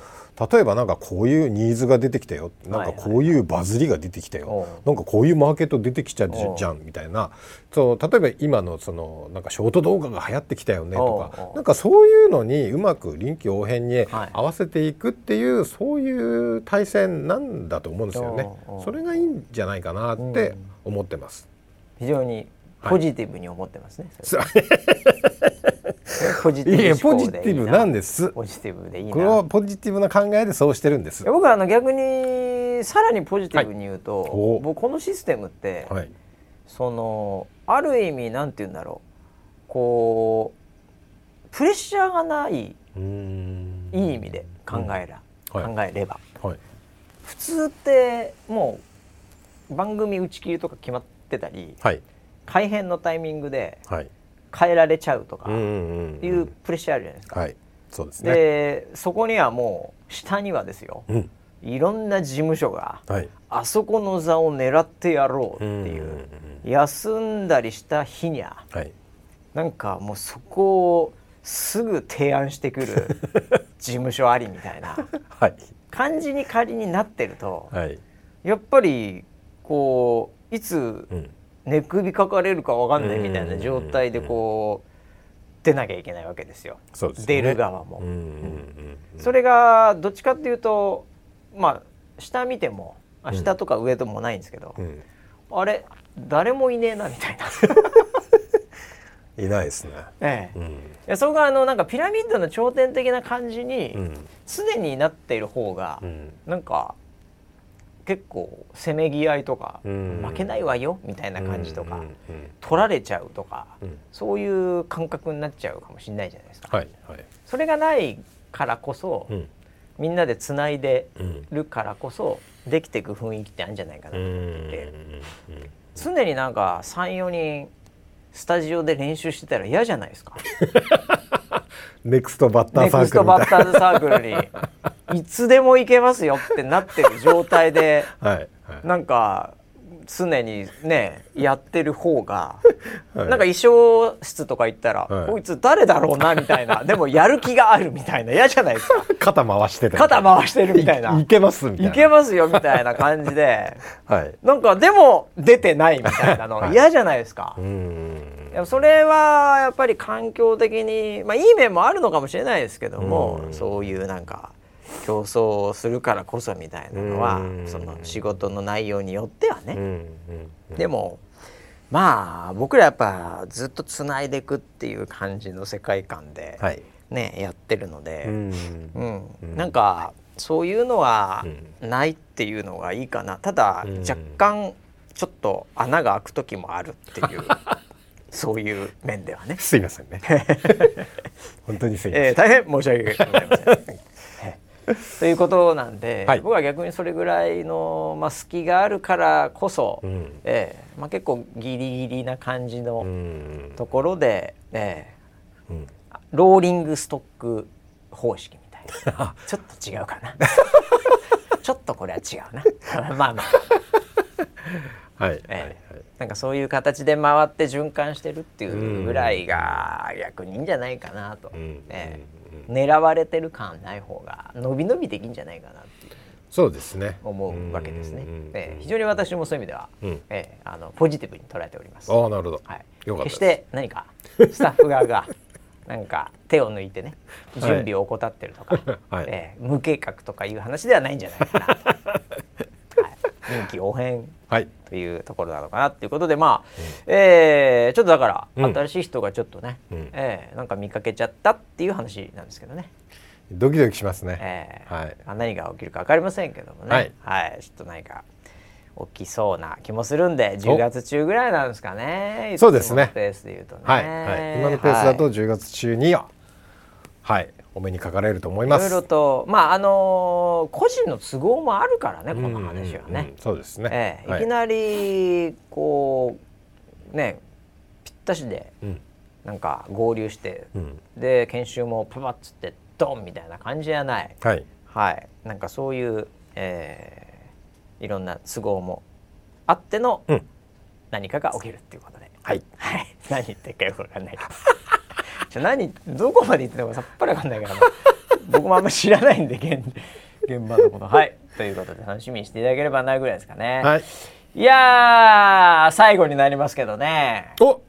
Speaker 2: 例えばなんかこういうニーズが出てきたよなんかこういうバズりが出てきたよ、
Speaker 1: おう
Speaker 2: なんかこういうマーケット出てきちゃうじ
Speaker 1: おう
Speaker 2: じゃんみたいなそう例えば今のそのなんかショート動画が流行ってきたよねと
Speaker 1: おうお
Speaker 2: か
Speaker 1: う
Speaker 2: なんかそういうのにうまく臨機応変に
Speaker 1: はい
Speaker 2: 合わせていくっていう、そういう対戦なんだと思うんですよね
Speaker 1: おうおう。
Speaker 2: それがいいんじゃないかなって思ってます。
Speaker 1: 非常にポジティブに思ってますね。それポジテ
Speaker 2: いやいや
Speaker 1: ィブ
Speaker 2: ポ
Speaker 1: 思
Speaker 2: ジ
Speaker 1: 考
Speaker 2: テ
Speaker 1: でい
Speaker 2: ィ
Speaker 1: い
Speaker 2: ブな
Speaker 1: なん
Speaker 2: です。
Speaker 1: ポジティブでいいな。
Speaker 2: これはポジティブな考えでそうしてるんです
Speaker 1: いや。僕はあの逆にさらにポジティブに言うと、
Speaker 2: いお
Speaker 1: 僕このシステムって、
Speaker 2: はい。
Speaker 1: そのある意味なんて言うんだろうこうプレッシャーがない
Speaker 2: うん
Speaker 1: いい意味で考えら、
Speaker 2: うんは
Speaker 1: 考え
Speaker 2: い
Speaker 1: れば
Speaker 2: はい。
Speaker 1: 普通ってもう番組打ち切りとか決まってたり
Speaker 2: はい。
Speaker 1: 改編のタイミングで
Speaker 2: はい。
Speaker 1: 変えられちゃうとか
Speaker 2: うんうんうん。
Speaker 1: いうプレッシャーあるじゃないですか。
Speaker 2: はい。そうですね。
Speaker 1: でそこにはもう下にはですよ
Speaker 2: うん。
Speaker 1: いろんな事務所が
Speaker 2: はい。
Speaker 1: あそこの座を狙ってやろうってい
Speaker 2: うんうん
Speaker 1: う休んだりした日にゃ
Speaker 2: はい。
Speaker 1: なんかもうそこをすぐ提案してくる 事務所ありみたいな
Speaker 2: はい。
Speaker 1: 感じに仮になってると
Speaker 2: はい。
Speaker 1: やっぱりこういつ
Speaker 2: うん。
Speaker 1: 寝首かかれるかわかんないみたいな状態でこう出なきゃいけないわけですよ
Speaker 2: そうですね。
Speaker 1: 出る側も
Speaker 2: うん。うんうん。
Speaker 1: それがどっちかっていうとまあ下見てもあ下とか上ともないんですけど、
Speaker 2: うん。
Speaker 1: あれ誰もいねえなみたい な、
Speaker 2: いないですね。
Speaker 1: ええ
Speaker 2: う
Speaker 1: い
Speaker 2: ん。
Speaker 1: やそこがあのなんかピラミッドの頂点的な感じに
Speaker 2: うん。
Speaker 1: すで、になっている方が、
Speaker 2: うん。
Speaker 1: なんか結構せめぎ合いとか、
Speaker 2: うん
Speaker 1: 負けないわよみたいな感じとか、
Speaker 2: うんうん
Speaker 1: 取られちゃうとか、
Speaker 2: うん。
Speaker 1: そういう感覚になっちゃうかもしれないじゃないですか。
Speaker 2: はい。はい。
Speaker 1: それがないからこそ、
Speaker 2: うん。
Speaker 1: みんなでつないで
Speaker 2: うん。
Speaker 1: るからこそできていく雰囲気ってあるんじゃないかなと
Speaker 2: うん
Speaker 1: 思っていて、
Speaker 2: うん。
Speaker 1: 常になんか34人スタジオで練習してたら嫌じゃないですか
Speaker 2: ネクストバッター
Speaker 1: ネ
Speaker 2: サー
Speaker 1: クス
Speaker 2: クル
Speaker 1: ト
Speaker 2: みたい
Speaker 1: バッターズサーク ルにいつでも行けますよってなってる状態で
Speaker 2: な。はい。はい。
Speaker 1: なんか常にねやってる方が、 な
Speaker 2: はい
Speaker 1: んか衣装室とか行ったら、
Speaker 2: はい
Speaker 1: こいつ誰だろうなみたいなでもやる気があるみたいな嫌じゃないですか
Speaker 2: 肩回してて
Speaker 1: 肩回してるみたいない
Speaker 2: けますみたい
Speaker 1: い
Speaker 2: な
Speaker 1: けますよみたいな感じ で
Speaker 2: はい
Speaker 1: なんかでも出てないみたい なの嫌じゃないですか
Speaker 2: う。ん
Speaker 1: いやそれはやっぱり環境的に、まあ、いい面もあるのかもしれないですけども、
Speaker 2: うん
Speaker 1: そういうなんか競争をするからこそみたいなのは、
Speaker 2: うん
Speaker 1: その仕事の内容によっては
Speaker 2: うん
Speaker 1: ね、
Speaker 2: うん
Speaker 1: でもまあ僕らやっぱずっとつないでいくっていう感じの世界観で、
Speaker 2: はい
Speaker 1: ね、やってるの
Speaker 2: う
Speaker 1: で、
Speaker 2: ん
Speaker 1: うん
Speaker 2: うん
Speaker 1: なんかそういうのはないっていうのがいいかなただ
Speaker 2: うん
Speaker 1: 若干ちょっと穴が開く時もあるって いうそういう面ではね。
Speaker 2: すいま せんね本当にすいません、
Speaker 1: えー、大変申し訳ございません。はいということなんで、
Speaker 2: はい
Speaker 1: 僕は逆にそれぐらいの、まあ、隙があるからこそ、
Speaker 2: うん
Speaker 1: えーまあ、結構ギリギリな感じ
Speaker 2: う
Speaker 1: の
Speaker 2: ん
Speaker 1: ところで、え
Speaker 2: うん
Speaker 1: ーローリングストック方式みたい なちょっと違うかな ちょっとこれは違うな まあまあ、
Speaker 2: はいはいはい
Speaker 1: えーなんかそういう形で回って循環してるっていうぐらいが逆にいいんじゃないかなと。
Speaker 2: うん
Speaker 1: えー
Speaker 2: うん
Speaker 1: 狙われてる感ない方が伸び伸びできんじゃないかなっていう
Speaker 2: そうですね
Speaker 1: 思うわけですね
Speaker 2: うんうんうん。
Speaker 1: ええ非常に私もそういう意味では、
Speaker 2: うん
Speaker 1: ええあのポジティブに捉えております。
Speaker 2: ああなるほど、
Speaker 1: はい、
Speaker 2: よかったです
Speaker 1: 決して何かスタッフ側が なんか手を抜いてね準備を怠ってるとか、
Speaker 2: はい
Speaker 1: ええ無計画とかいう話ではないんじゃない かな、はい、臨機応変
Speaker 2: はい
Speaker 1: というところなのかなっていうことでまあ、ええちょっとだから、
Speaker 2: うん
Speaker 1: 新しい人がちょっとね、
Speaker 2: うん
Speaker 1: ええなんか見かけちゃったっていう話なんですけどね。
Speaker 2: ドキドキしますね、
Speaker 1: えー
Speaker 2: はい
Speaker 1: まあ、何が起きるか分かりませんけどもね、
Speaker 2: は
Speaker 1: はいいちょっと何か起きそうな気もするんで10月中ぐらいなんですかね
Speaker 2: そうですね
Speaker 1: いつものペースで言うとね、
Speaker 2: はい、はい、今のペースだと
Speaker 1: はい
Speaker 2: 10月中にははい、お目にかかれると思い
Speaker 1: い
Speaker 2: ま
Speaker 1: ろ
Speaker 2: す
Speaker 1: いろとまああのー個人の都合もあるからねこの話はね、
Speaker 2: うんうんうんそうですね
Speaker 1: え、ー
Speaker 2: はい
Speaker 1: いきなりこうねぴったしで
Speaker 2: うん
Speaker 1: なんか合流して、
Speaker 2: うん
Speaker 1: で研修もパパッつってドンみたいな感じじゃない、
Speaker 2: はい
Speaker 1: はい、なんかそういう、えーいろんな都合もあっての
Speaker 2: うん
Speaker 1: 何かが起きるっていうことで、
Speaker 2: はい
Speaker 1: はい、 何言ってるかよくわかんないちょ何どこまで言ってたのかさっぱりわかんないからな僕もあんま知らないんで現現場のことはいということで楽しみにしていただければなぐらいですかね、
Speaker 2: はい
Speaker 1: い、やー最後になりますけどね
Speaker 2: お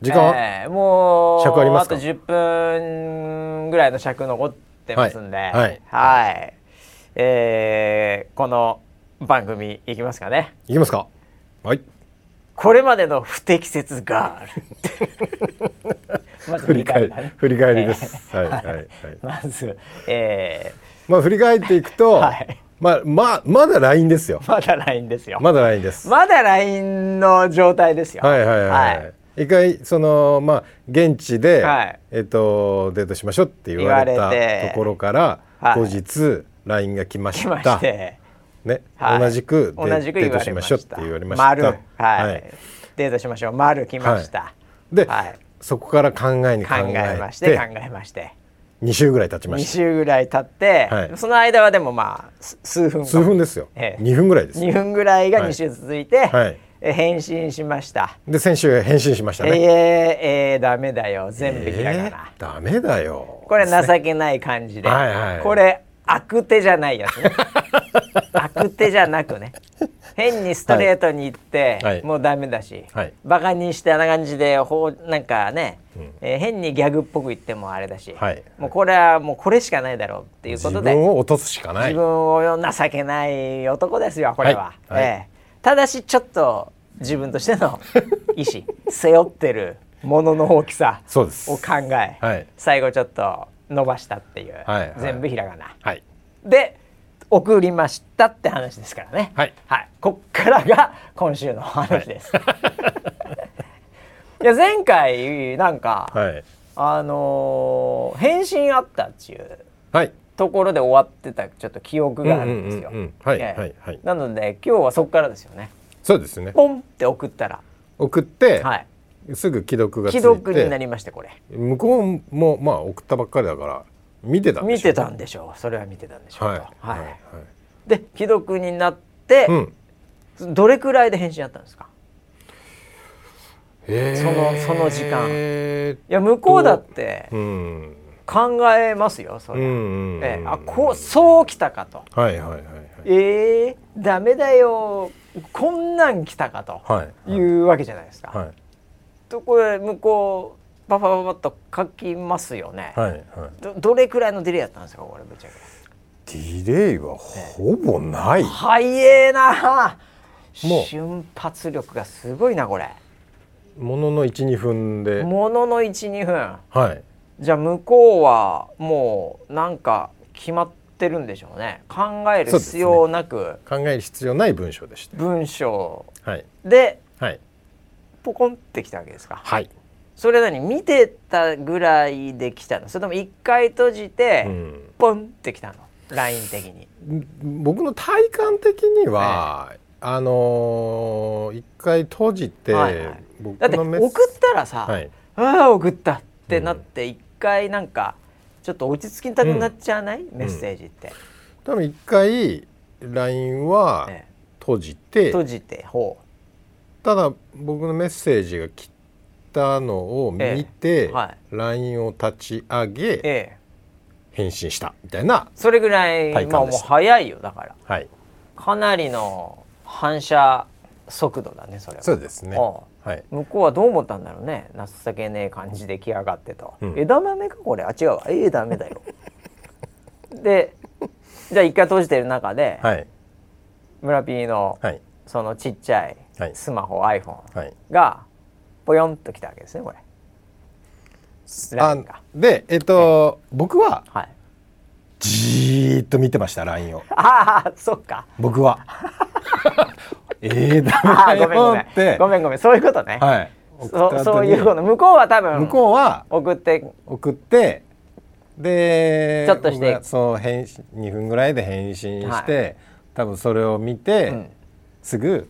Speaker 2: 時間は、
Speaker 1: えーもう
Speaker 2: 尺ありますか
Speaker 1: と10分ぐらいの尺残ってますんで、
Speaker 2: はいはい
Speaker 1: はいえーこの番組いきますかね。
Speaker 2: いきますかはい
Speaker 1: これまでの不適切ガ ール。まず
Speaker 2: 振り返り
Speaker 1: だね
Speaker 2: 振り返りです、はいはいはい
Speaker 1: まず、え
Speaker 2: まあ振り返っていくと、
Speaker 1: はい
Speaker 2: まあまあまだ LINE ですよ
Speaker 1: ーまだ LINE ですよ。ま
Speaker 2: まだ LINE です、
Speaker 1: だ LINE の状態ですよ。
Speaker 2: はいはいはい、
Speaker 1: はい
Speaker 2: 一回そのまあ現地で、
Speaker 1: はい
Speaker 2: えっとデートしましょうって言われ
Speaker 1: 言
Speaker 2: た
Speaker 1: われて
Speaker 2: ところから、
Speaker 1: はい
Speaker 2: 後日 LINE が来まし
Speaker 1: 来
Speaker 2: た
Speaker 1: まして、
Speaker 2: ね、
Speaker 1: はい
Speaker 2: 同じくデ
Speaker 1: 同じく
Speaker 2: デ
Speaker 1: 言
Speaker 2: ート
Speaker 1: わ
Speaker 2: し
Speaker 1: れ
Speaker 2: ま
Speaker 1: ま
Speaker 2: しょうっ
Speaker 1: してた。
Speaker 2: 言われました
Speaker 1: 丸、はい、
Speaker 2: はい
Speaker 1: デートしましょう。丸来ました。
Speaker 2: はで、
Speaker 1: はい
Speaker 2: そこから考えに考
Speaker 1: 考
Speaker 2: え
Speaker 1: えましてて考えまして
Speaker 2: 2週ぐらい経ちま
Speaker 1: 2
Speaker 2: した
Speaker 1: 週ぐらい経って、
Speaker 2: はい
Speaker 1: その間はでもまあす数分
Speaker 2: 数分ですよ、
Speaker 1: ええ
Speaker 2: 2分ぐらいです
Speaker 1: 2分ぐらいが2週続いて、
Speaker 2: はい
Speaker 1: え返信しました、
Speaker 2: で先週返信しました
Speaker 1: えー、
Speaker 2: ね、
Speaker 1: えー、ダメだよ全部ひらがな、
Speaker 2: えーダメだよ
Speaker 1: これ情けない感じで、
Speaker 2: はいはい
Speaker 1: これ悪手じゃないやつ ね悪手じゃなくね変にストレートに言って、
Speaker 2: はい
Speaker 1: もうダメだし、
Speaker 2: はい
Speaker 1: バカにしてあんな感じでほうなんかね、えー変にギャグっぽく言ってもあれだし、
Speaker 2: はい
Speaker 1: もうこれはもうこれしかないだろうっていうこ
Speaker 2: 自
Speaker 1: とで
Speaker 2: 分を落とすしかない
Speaker 1: 自分を情けない男ですよこれは、
Speaker 2: はいはい
Speaker 1: ええただしちょっと自分としての意 思背負ってるものの大きさ
Speaker 2: そうです
Speaker 1: を考え、
Speaker 2: はい
Speaker 1: 最後ちょっと伸ばしたっていう、
Speaker 2: はいはい
Speaker 1: 全部ひらがな
Speaker 2: はい
Speaker 1: で送りましたって話ですからね
Speaker 2: はい
Speaker 1: こっからが今週のお話です、 い、や前回なんか、
Speaker 2: はい
Speaker 1: あのー返信あったっちゅう
Speaker 2: はい
Speaker 1: ところで終わってたちょっと記憶があるんですよ。
Speaker 2: うんうんうんうんはい
Speaker 1: ええ
Speaker 2: はいはい
Speaker 1: なので今日はそこからですよね。
Speaker 2: そうですね
Speaker 1: ポンって送ったら、
Speaker 2: 送って、
Speaker 1: はい、
Speaker 2: すぐ既読がつい
Speaker 1: 既
Speaker 2: て
Speaker 1: 読になりましてこれ
Speaker 2: 向こうもまあ送ったばっかりだから見てたんで
Speaker 1: 見
Speaker 2: しょ
Speaker 1: てたんでしょう。それは見てたんでしょうと。
Speaker 2: はいはい、
Speaker 1: で既読になって、
Speaker 2: うん
Speaker 1: どれくらいで返信あったんですか
Speaker 2: えー
Speaker 1: そのその時間
Speaker 2: え
Speaker 1: いや向こうだって
Speaker 2: ーうん
Speaker 1: 考えますよそ
Speaker 2: うんう
Speaker 1: れ、
Speaker 2: んうん
Speaker 1: ええあこうそう来たかと
Speaker 2: はいはいはいはい
Speaker 1: えー、ダメだよこんなん来たかと
Speaker 2: はい
Speaker 1: いうわけじゃないですか、
Speaker 2: はい
Speaker 1: とこれ向こうパパパパッと書きますよね、
Speaker 2: はいはい
Speaker 1: どどれくらいのディレイやったんですかこれぶっちゃけ
Speaker 2: ディレイはほぼない
Speaker 1: 早えな
Speaker 2: もう
Speaker 1: 瞬発力がすごいなこれ
Speaker 2: ものの12分で
Speaker 1: ものの12分
Speaker 2: はい
Speaker 1: じゃあ向こうはもうなんか決まってるんでしょうね考える
Speaker 2: そうです
Speaker 1: 必
Speaker 2: ね
Speaker 1: 要なく
Speaker 2: 考える必要ない文章でし
Speaker 1: 文章
Speaker 2: たはい
Speaker 1: で
Speaker 2: はい
Speaker 1: ポコンってきたわけですか
Speaker 2: はい
Speaker 1: それ何見てたぐらいで来たのそれとも一回閉じて、
Speaker 2: うん
Speaker 1: ポンってきたのライン的に
Speaker 2: 僕の体感的には、あのー一回閉じて、
Speaker 1: はいはい
Speaker 2: 僕
Speaker 1: だって
Speaker 2: の
Speaker 1: 送
Speaker 2: メッセ
Speaker 1: ったらさ、
Speaker 2: はい
Speaker 1: ああ送ったってなって一回なんかちょっと落ち着きたくなっちゃわない、メッセージって、
Speaker 2: 多分一回 LINE は
Speaker 1: ええ
Speaker 2: 閉じて、
Speaker 1: 閉じてほ
Speaker 2: ただ僕のメッセージが来たのを見て、
Speaker 1: ええは
Speaker 2: LINE を立ち上
Speaker 1: うえ
Speaker 2: げ
Speaker 1: え
Speaker 2: 返信したみたいな
Speaker 1: それぐらい
Speaker 2: 体
Speaker 1: まあ
Speaker 2: 感
Speaker 1: も
Speaker 2: で
Speaker 1: う
Speaker 2: した
Speaker 1: 早いよだから
Speaker 2: はい
Speaker 1: かなりの反射速度だねそれは
Speaker 2: そうですね
Speaker 1: あ
Speaker 2: はい
Speaker 1: 向こうはどう思ったんだろうね情けねえ感じで来やがってと、
Speaker 2: うん
Speaker 1: 枝豆かこれあ違うわええダメだよ でじゃあ一回閉じてる中で、
Speaker 2: はい
Speaker 1: 村 P の
Speaker 2: はい
Speaker 1: そのちっちゃい
Speaker 2: はい
Speaker 1: スマホ、iPhone
Speaker 2: はい
Speaker 1: がポヨンときたわけですねこれ。ラ
Speaker 2: あ
Speaker 1: インが
Speaker 2: でえっと僕は
Speaker 1: はい、
Speaker 2: じーっと見てました LINE を
Speaker 1: ああそっか
Speaker 2: 僕はええ
Speaker 1: あ
Speaker 2: ダ
Speaker 1: あ
Speaker 2: メだ
Speaker 1: ごめんご
Speaker 2: よ
Speaker 1: めん
Speaker 2: って
Speaker 1: ごめんごめんそういうことね、
Speaker 2: はい
Speaker 1: そそう
Speaker 2: 送っ
Speaker 1: いうこ
Speaker 2: た後
Speaker 1: と向こうは多分
Speaker 2: に向こうは
Speaker 1: 送って
Speaker 2: 送ってで
Speaker 1: ちょっとして
Speaker 2: 僕がそう返信2分ぐらいで返信して、多分それを見て、
Speaker 1: ん
Speaker 2: すぐ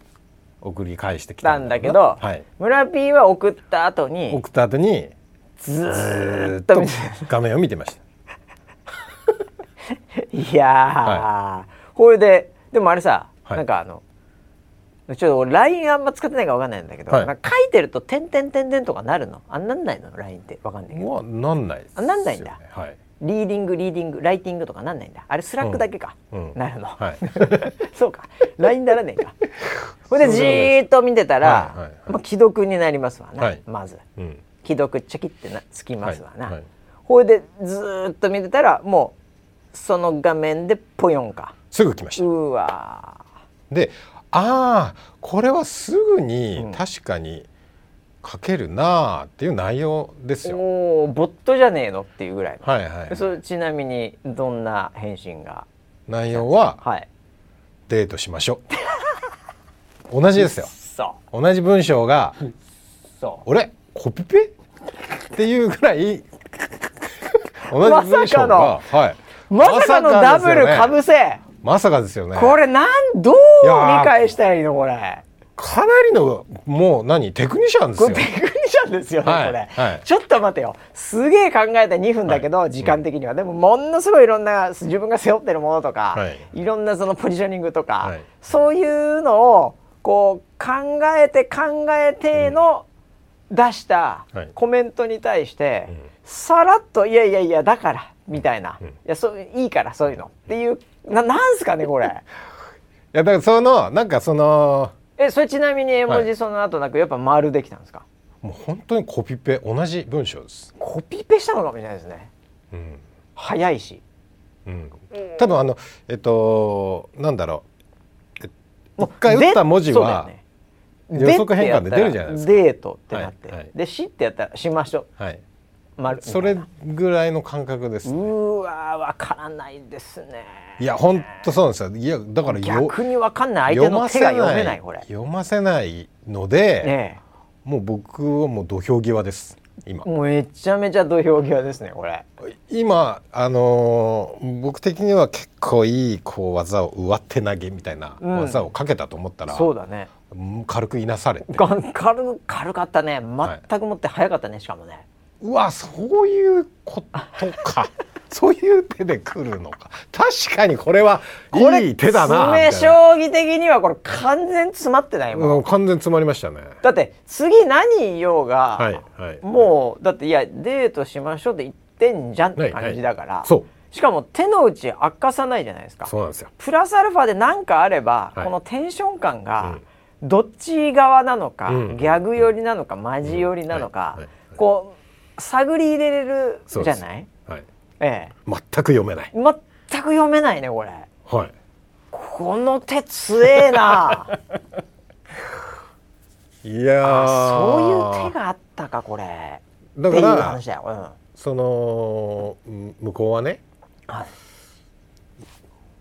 Speaker 2: 送り返してき
Speaker 1: た
Speaker 2: た
Speaker 1: ん
Speaker 2: ろ
Speaker 1: だ
Speaker 2: うな
Speaker 1: けど、
Speaker 2: はい、
Speaker 1: 村 P は送った後に
Speaker 2: 送った後に
Speaker 1: ず
Speaker 2: ずー
Speaker 1: ーっ
Speaker 2: っ
Speaker 1: と
Speaker 2: と
Speaker 1: 見て
Speaker 2: 画面を見てま した
Speaker 1: いやー、これででもあれさ、
Speaker 2: はい
Speaker 1: なんかあのちょっと俺 LINE あんま使ってないからわかんないんだけど、
Speaker 2: はい
Speaker 1: なんか書いてると「点点点点」とかなるのあなんないの LINE ってわかんないけど
Speaker 2: もうなんないですよ、
Speaker 1: あなんないんだ
Speaker 2: はい、
Speaker 1: リーディングリーディングライティングとかなんないんだあれスラックだけか、
Speaker 2: うん
Speaker 1: なるの、
Speaker 2: はい
Speaker 1: そうか LINE ならねえかこれでじーっと見てたら、
Speaker 2: はいはいはい
Speaker 1: まあ、既読になりますわな、
Speaker 2: はい
Speaker 1: まず
Speaker 2: うん、
Speaker 1: 既読チャキってなつきますわな、
Speaker 2: はいはい
Speaker 1: これでずーっと見てたらもうその画面でポヨンか
Speaker 2: すぐ来まし
Speaker 1: う
Speaker 2: た
Speaker 1: ーわー
Speaker 2: でああこれはすぐ
Speaker 1: う
Speaker 2: に
Speaker 1: ん
Speaker 2: 確かに書けるなあっていう内容ですよ、
Speaker 1: おおボットじゃねえのっていうぐらいの、
Speaker 2: はいはい
Speaker 1: そちなみにどんな返信が
Speaker 2: 内容は
Speaker 1: はい
Speaker 2: デートしましょ う同じですよ
Speaker 1: そ
Speaker 2: 同じ文章が
Speaker 1: うそう
Speaker 2: 俺コピペっていうぐらい同
Speaker 1: ま
Speaker 2: じ
Speaker 1: さ
Speaker 2: 文
Speaker 1: か
Speaker 2: 章
Speaker 1: の
Speaker 2: がはい
Speaker 1: まさかのダブルかぶ
Speaker 2: せ
Speaker 1: せ、
Speaker 2: まさかですよね
Speaker 1: これなんどう
Speaker 2: い
Speaker 1: 理
Speaker 2: やー
Speaker 1: 解したらいいのこれ
Speaker 2: かなりのもう何テクニシャンです
Speaker 1: こ
Speaker 2: よ
Speaker 1: れテクニシャンですよね、
Speaker 2: はい
Speaker 1: これ、
Speaker 2: はい
Speaker 1: ちょっと待てよすげえ考えた2分だけど、時間的には、でもものすごいいろんな自分が背負ってるものとか、
Speaker 2: はい
Speaker 1: い、ろんなそのポジショニングとか、
Speaker 2: はい
Speaker 1: そういうのをこう考えて考えての出した
Speaker 2: はい
Speaker 1: コメントに対して、
Speaker 2: うん
Speaker 1: さらっと「いやいやいやだから」みたいな「
Speaker 2: うん
Speaker 1: いやそういいからそういうの」っていうななんすかねこ れ。
Speaker 2: いやだからそのなんかその
Speaker 1: えそれちなみに絵文
Speaker 2: は
Speaker 1: 字その後なくやっぱ丸できたんですか、
Speaker 2: もう本当にコピペ同じ文章です、
Speaker 1: コピペしたのかもしれないですね
Speaker 2: うん
Speaker 1: 早いし。
Speaker 2: うん、多分あのえっとなんだろうえ
Speaker 1: もう
Speaker 2: 一回打った文字
Speaker 1: でそうだよ
Speaker 2: は
Speaker 1: ね
Speaker 2: 予測変換で出るじゃないですか
Speaker 1: でってやったらデートってなって、
Speaker 2: はいはい
Speaker 1: でしってやったらしましょ
Speaker 2: はい、
Speaker 1: う丸みたいな
Speaker 2: それぐらいの感覚です
Speaker 1: う
Speaker 2: ね、
Speaker 1: ーわーわからないですね
Speaker 2: いや本当そうなんですよいやだからよ
Speaker 1: 逆にわかんない相手の手が読めないこれ、
Speaker 2: 読ませないので、
Speaker 1: ね
Speaker 2: もう僕はもう土俵際です今
Speaker 1: え、もうめちゃめちゃ土俵際ですねこれ
Speaker 2: 今あのー僕的には結構いいこう技を上手投げみたいな
Speaker 1: うん
Speaker 2: 技をかけたと思ったら、
Speaker 1: そうだね
Speaker 2: うん軽くいなされて
Speaker 1: が軽軽かったね
Speaker 2: はい
Speaker 1: 全くもって早かったねしかもね、
Speaker 2: うわそういうことか そういう手で来るのか確かにこれは
Speaker 1: これ
Speaker 2: いい手だな
Speaker 1: 詰め
Speaker 2: みたいな
Speaker 1: 将棋的にはこれ完全詰まってないもん、
Speaker 2: うん完全詰まりましたね
Speaker 1: だって次何言おうが、
Speaker 2: はいはい
Speaker 1: もうだっていやデートしましょうって言ってんじゃんって感じだから、
Speaker 2: はいはいそう
Speaker 1: しかも手の内明かさないじゃないですか
Speaker 2: そうなんですよ
Speaker 1: プラスアルファで何かあれば、
Speaker 2: はい
Speaker 1: このテンション感がどっち側なのか、
Speaker 2: うん
Speaker 1: ギャグ寄りなのかマジ寄りなのか、
Speaker 2: うんはいはい
Speaker 1: こう探り入れれるじ
Speaker 2: そう
Speaker 1: ゃ
Speaker 2: です
Speaker 1: ない、
Speaker 2: はい
Speaker 1: ええ、
Speaker 2: 全く読めない
Speaker 1: 全く読めないねこれ
Speaker 2: はい
Speaker 1: この手強え な
Speaker 2: いや
Speaker 1: あ
Speaker 2: ー
Speaker 1: そういう手があったかこれ
Speaker 2: だ
Speaker 1: って
Speaker 2: か
Speaker 1: いう
Speaker 2: ら
Speaker 1: 話だよ、う
Speaker 2: そのうん向こうはね
Speaker 1: ん、はい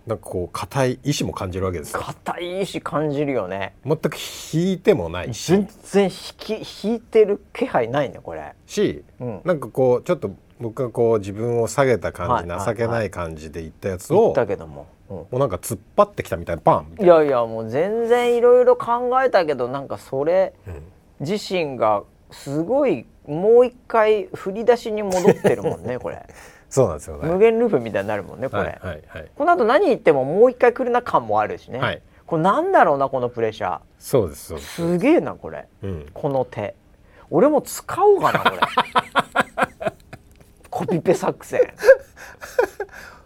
Speaker 2: なんかこう固い意志も感じるわけですよ
Speaker 1: 硬いし感じるよね
Speaker 2: 全く引いてもないし
Speaker 1: 全然引き引いてる気配ないねこれ
Speaker 2: し、
Speaker 1: うん
Speaker 2: なんかこうちょっと僕がこう自分を下げた感じ、
Speaker 1: はい
Speaker 2: 情けない感じで言ったやつ
Speaker 1: 言
Speaker 2: を
Speaker 1: ったけども、うん
Speaker 2: もうなんか突っ張ってきたみたいなパンみたい
Speaker 1: いやいやもう全然いろいろ考えたけどなんかそれ自身がすごいもう一回振り出しに戻ってるもん ねこれ
Speaker 2: なそうなんですよね
Speaker 1: 無限ループみたいになるもんねこれ、
Speaker 2: はいはいはい
Speaker 1: この後何言ってももう一回来るな感もあるしね、
Speaker 2: はい
Speaker 1: これなんだろうなこのプレッシャー
Speaker 2: そうですそうです、
Speaker 1: すげえなこれ
Speaker 2: うん、
Speaker 1: この手俺も使おうかなこれ コピペ作戦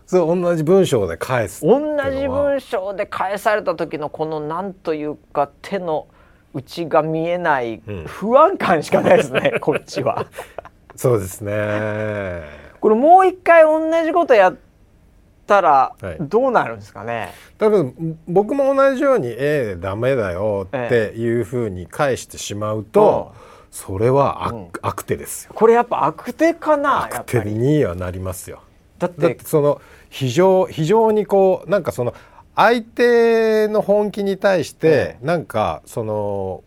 Speaker 2: そう同じ文章で返す
Speaker 1: 同じ文章で返された時のこのなんというか手の内が見えない
Speaker 2: うん
Speaker 1: 不安感しかないです ね、こっちは。
Speaker 2: そうですね
Speaker 1: これもう一回同じことやったら
Speaker 2: はい
Speaker 1: どうなるんですかね。
Speaker 2: 多分僕も同じように「ええダメだよ」っていうふうに返してしまうと、それは悪,、悪手ですよ
Speaker 1: これやっぱ悪手かなやっ
Speaker 2: 悪
Speaker 1: ぱ
Speaker 2: 手
Speaker 1: り。
Speaker 2: にはなりますよ
Speaker 1: だって
Speaker 2: だってその非常非常にこうなんかその相手の本気に対してなんかその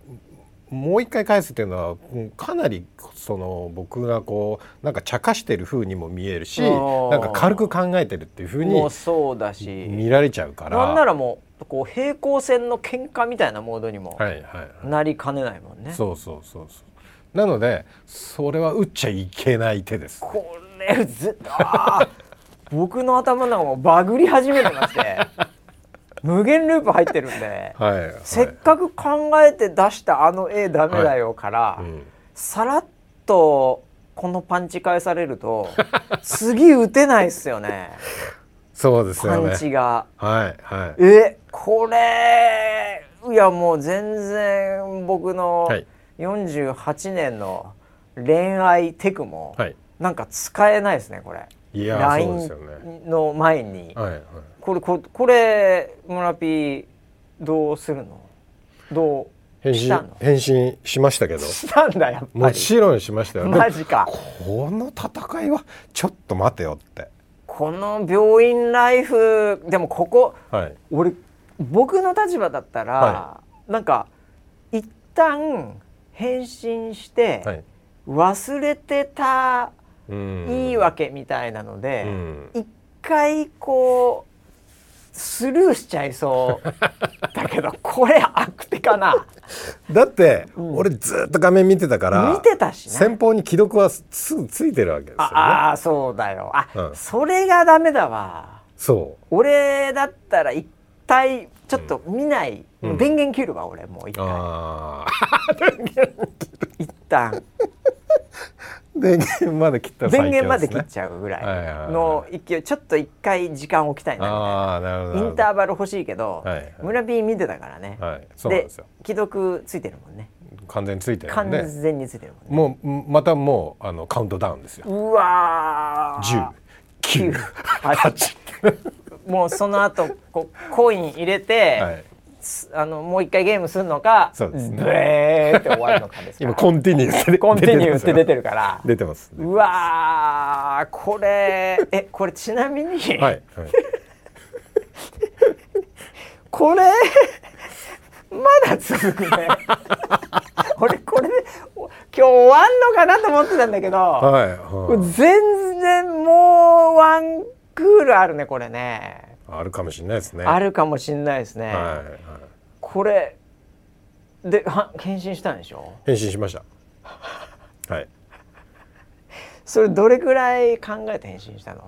Speaker 2: もう一回返すっていうのはうんかなりその僕がこうなんか茶化してる風にも見えるし
Speaker 1: あー
Speaker 2: なんか軽く考えてるっていう風に
Speaker 1: もうそうだし
Speaker 2: 見られちゃうから
Speaker 1: なんならもうこう平行線の喧嘩みたいなモードにも
Speaker 2: はいはいはい
Speaker 1: なりかねないもんね。
Speaker 2: そうそうそうそうなのでそれは打っちゃいけない手です
Speaker 1: これずあー僕の頭の中もバグり始めてまして 無限ループ入ってるんで、
Speaker 2: はい、はい、
Speaker 1: せっかく考えて出したあの絵ダメだよから、
Speaker 2: うん
Speaker 1: さらっとこのパンチ返される と次打てないっすよね
Speaker 2: そうです
Speaker 1: パ
Speaker 2: よね
Speaker 1: ンチが。
Speaker 2: はいはい
Speaker 1: えこれいやもう全然僕の
Speaker 2: はい
Speaker 1: 48年の恋愛テクも
Speaker 2: はい
Speaker 1: なんか使えないですねこれ。
Speaker 2: いやーそうですよね
Speaker 1: LINE の前に
Speaker 2: はいはい
Speaker 1: これここれ村ピーどうするのどう
Speaker 2: 返
Speaker 1: し
Speaker 2: 信
Speaker 1: たの
Speaker 2: 返信しましたけど
Speaker 1: したんだやっぱ
Speaker 2: も
Speaker 1: り
Speaker 2: ちろんしましたよ
Speaker 1: マジか
Speaker 2: でもこの戦いはちょっと待てよって
Speaker 1: この病院ライフでもここ
Speaker 2: はい
Speaker 1: 俺僕の立場だったら、
Speaker 2: は
Speaker 1: なんか一旦返信して、
Speaker 2: はい
Speaker 1: 忘れてた
Speaker 2: うん
Speaker 1: いいわけみたいなので、
Speaker 2: うん
Speaker 1: 一回こうスルーしちゃいそうだけどこれ悪手か な
Speaker 2: だって俺ずっと画面見てたから
Speaker 1: 見てたしね
Speaker 2: 先方に既読はすぐついてるわけですよね
Speaker 1: ああそうだよあ、
Speaker 2: うん
Speaker 1: それがダメだわ
Speaker 2: そ
Speaker 1: 俺だったら一体ちょっと見ない、
Speaker 2: うん
Speaker 1: 電源切るわ俺もう一
Speaker 2: う
Speaker 1: 回
Speaker 2: ああ
Speaker 1: 一旦
Speaker 2: 電源まで切ったら最
Speaker 1: 電
Speaker 2: 強
Speaker 1: 源まで切
Speaker 2: す
Speaker 1: っ
Speaker 2: ね
Speaker 1: ちゃうぐ
Speaker 2: はいはいはい
Speaker 1: ら
Speaker 2: はいい
Speaker 1: の勢いちょっと一回時間置きたいな
Speaker 2: ああなる
Speaker 1: み
Speaker 2: ほど
Speaker 1: たなイ
Speaker 2: ないる
Speaker 1: ン
Speaker 2: ほど
Speaker 1: ターバル欲しいけど、
Speaker 2: はいはい
Speaker 1: 村 B 見てたからね、
Speaker 2: はいそうなんですよ
Speaker 1: 既読ついてるもんね
Speaker 2: 完全についてる
Speaker 1: 完
Speaker 2: んで
Speaker 1: 全についてるもんね
Speaker 2: もうんまたもうあのカウントダウンですよ
Speaker 1: うわー
Speaker 2: 10 9 8
Speaker 1: もうその後こうコイン入れて、
Speaker 2: はい
Speaker 1: すあのもう一回ゲームするのか
Speaker 2: そうですね
Speaker 1: ブエーって終わるのかですから
Speaker 2: 今コンティニューって
Speaker 1: コンティニューって出てる
Speaker 2: る
Speaker 1: から
Speaker 2: 出てます
Speaker 1: うわーこれえこれちなみに、
Speaker 2: はい
Speaker 1: これまだ続く ね俺これでお今日終わんのかなと思ってたんだけど、
Speaker 2: はい
Speaker 1: これ
Speaker 2: はい
Speaker 1: 全然もうワンクールあるねこれね
Speaker 2: あるかもしれないですね
Speaker 1: あ
Speaker 2: る
Speaker 1: るかもしんないですね、
Speaker 2: はいはい
Speaker 1: これでは返信したんでしょ
Speaker 2: 返信しましたはい
Speaker 1: それどれくらい考えて返信したの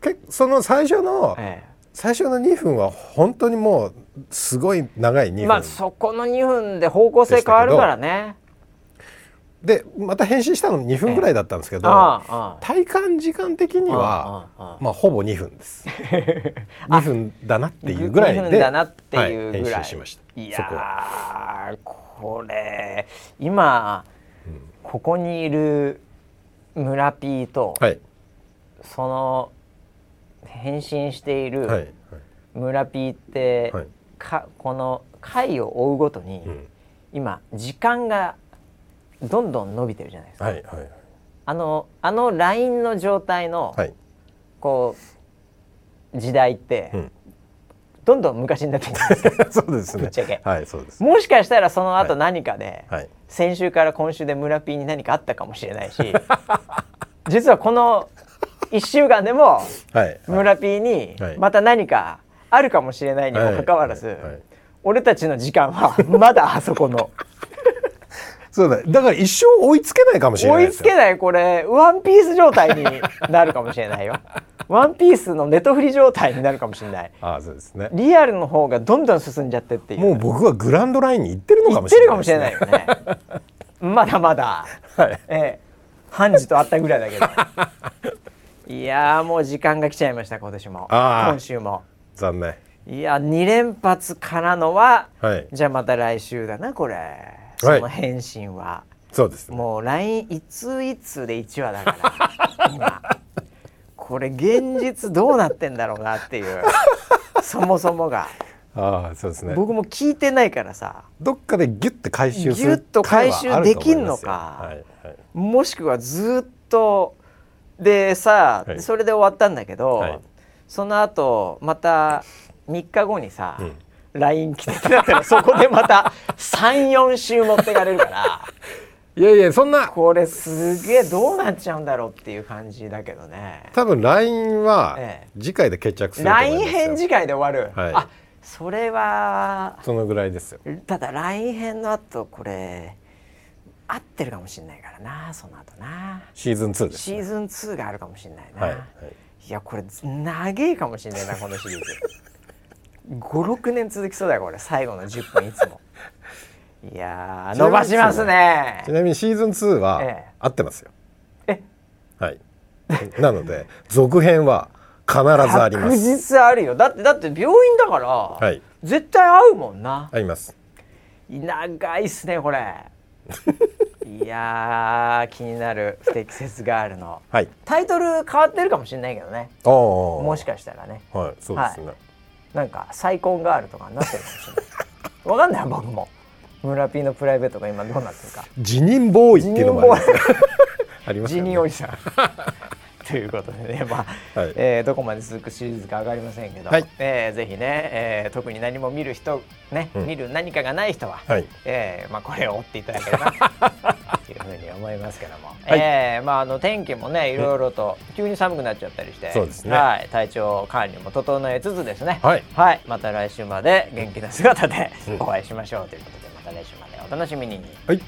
Speaker 2: けその最初の、
Speaker 1: え
Speaker 2: 最初の2分は本当にもうすごい長い
Speaker 1: え
Speaker 2: 2分、
Speaker 1: まあそこの2分で方向性変わるからね
Speaker 2: でまた返信したの2分ぐらいだったんですけど、
Speaker 1: ああああ
Speaker 2: 体感時間的には
Speaker 1: ああああ
Speaker 2: まあほぼ2分です 2分だなっていうぐらいで
Speaker 1: 2分だなっていうぐらい、
Speaker 2: は返信しました
Speaker 1: い
Speaker 2: そこは
Speaker 1: やーこれ今、ここにいる村 P と、
Speaker 2: はい
Speaker 1: その返信してい
Speaker 2: はいは
Speaker 1: る
Speaker 2: い
Speaker 1: 村 P って、
Speaker 2: はい
Speaker 1: かこの回を追うごとに、
Speaker 2: ん
Speaker 1: 今時間がどんどん伸びてるじゃないですか。
Speaker 2: はい はい
Speaker 1: あのあの LINE の状態の、
Speaker 2: はい
Speaker 1: こう時代って、
Speaker 2: うん
Speaker 1: どんどん昔になってきてるんです よ
Speaker 2: そうですね
Speaker 1: ぶっちゃけ
Speaker 2: はいそうです
Speaker 1: もしかしたらその後
Speaker 2: はい
Speaker 1: 何かで、
Speaker 2: はい
Speaker 1: 先週から今週で村ピーに何かあったかもしれないし 実はこの1週間でも
Speaker 2: はい
Speaker 1: 村ピー
Speaker 2: はい
Speaker 1: にまた何かあるかもしれないにもかかわらず、
Speaker 2: はいはいはい
Speaker 1: 俺たちの時間は まだあそこ の
Speaker 2: そうだだから一生追いつけないかもしれな
Speaker 1: 追
Speaker 2: い
Speaker 1: い
Speaker 2: です
Speaker 1: つ
Speaker 2: よ
Speaker 1: けないこれワンピース状態になるかもしれ ないよ。ワンピースのネトフリ状態になるかもしれない。
Speaker 2: ああそうですね
Speaker 1: リアルの方がどんどん進んじゃってっていう。
Speaker 2: もう僕はグランドラインに行ってるのか
Speaker 1: 言
Speaker 2: も
Speaker 1: っ
Speaker 2: してれ
Speaker 1: るかも
Speaker 2: ない
Speaker 1: しれ
Speaker 2: ですね
Speaker 1: ないよね。 まだまだ。
Speaker 2: はい
Speaker 1: ええ、判事と会ったぐらいだけど。 いやーもう時間が来ちゃいました今年も
Speaker 2: あー
Speaker 1: 今週も
Speaker 2: 残念
Speaker 1: いや2連発からのは、
Speaker 2: はい
Speaker 1: じゃあまた来週だなこれその返信は、
Speaker 2: そうですね
Speaker 1: もう LINE いついつで1話だ から今これ現実どうなってんだろうなっていうそもそもが
Speaker 2: ああそう ですね
Speaker 1: 僕も聞いてないからさ
Speaker 2: どっかでギュッて回収する
Speaker 1: ギュッと回収
Speaker 2: 回はあると思いますよ
Speaker 1: できんのか
Speaker 2: はいはい
Speaker 1: もしくはずっとでさ、
Speaker 2: はい
Speaker 1: それで終わったんだけど、
Speaker 2: はい
Speaker 1: その後また3日後にさ、
Speaker 2: うん
Speaker 1: LINE 来てってなったらそこでまた34週持ってかれるから
Speaker 2: いやいやそんな
Speaker 1: これすげえどうなっちゃうんだろうっていう感じだけどね。
Speaker 2: 多分 LINE は
Speaker 1: ええ
Speaker 2: 次回で決着すると思います
Speaker 1: LINE
Speaker 2: よ
Speaker 1: 編次回で終わる、
Speaker 2: はい
Speaker 1: あそれは
Speaker 2: そのぐらいですよ
Speaker 1: ただ LINE 編の後これ合ってるかもしれないからなその後な
Speaker 2: シーズン2です
Speaker 1: シーズン2があるかもしれないな、
Speaker 2: はいはい
Speaker 1: いやこれ長えかもしれないなこのシリーズ56年続きそうだよこれ最後の10分いつ もいやー伸ばしますね
Speaker 2: ちなみにシーズン2は
Speaker 1: ええ
Speaker 2: 合ってますよ
Speaker 1: え
Speaker 2: はいなので続編は必ずありま
Speaker 1: 確
Speaker 2: す
Speaker 1: 実あるよだってだって病院だから、
Speaker 2: い
Speaker 1: 絶対合うもんな、
Speaker 2: あります
Speaker 1: 長いっすねこれ いやー気になる不適切ガールの
Speaker 2: はい
Speaker 1: タイトル変わってるかもしれないけどね
Speaker 2: ああ
Speaker 1: もしかしたらね
Speaker 2: はいそうですね
Speaker 1: なんか再婚ガールとかになってるかもしれないわかんない僕も村ピーのプライベートが今どうなってるか
Speaker 2: 辞任ボーイっていうのもあります あります
Speaker 1: 辞
Speaker 2: よね
Speaker 1: 任おじさん。 ということでね、まあ、
Speaker 2: はい
Speaker 1: えーどこまで続くシリーズか上がりませんけど、
Speaker 2: はい
Speaker 1: えーぜひね、えー特に何も見る人、ね、
Speaker 2: ん
Speaker 1: 見る何かがない人は、
Speaker 2: はい
Speaker 1: えーまあこれを追っていただけ ればというふうに思いますけども、
Speaker 2: はい
Speaker 1: えーまああの天気もね、いろいろと急に寒くなっちゃったりして、
Speaker 2: そうですね
Speaker 1: はい、体調管理も整えつつですね、
Speaker 2: はい
Speaker 1: また来週まで元気な姿でお会いしましょうということで、また来週までお楽しみに。
Speaker 2: はい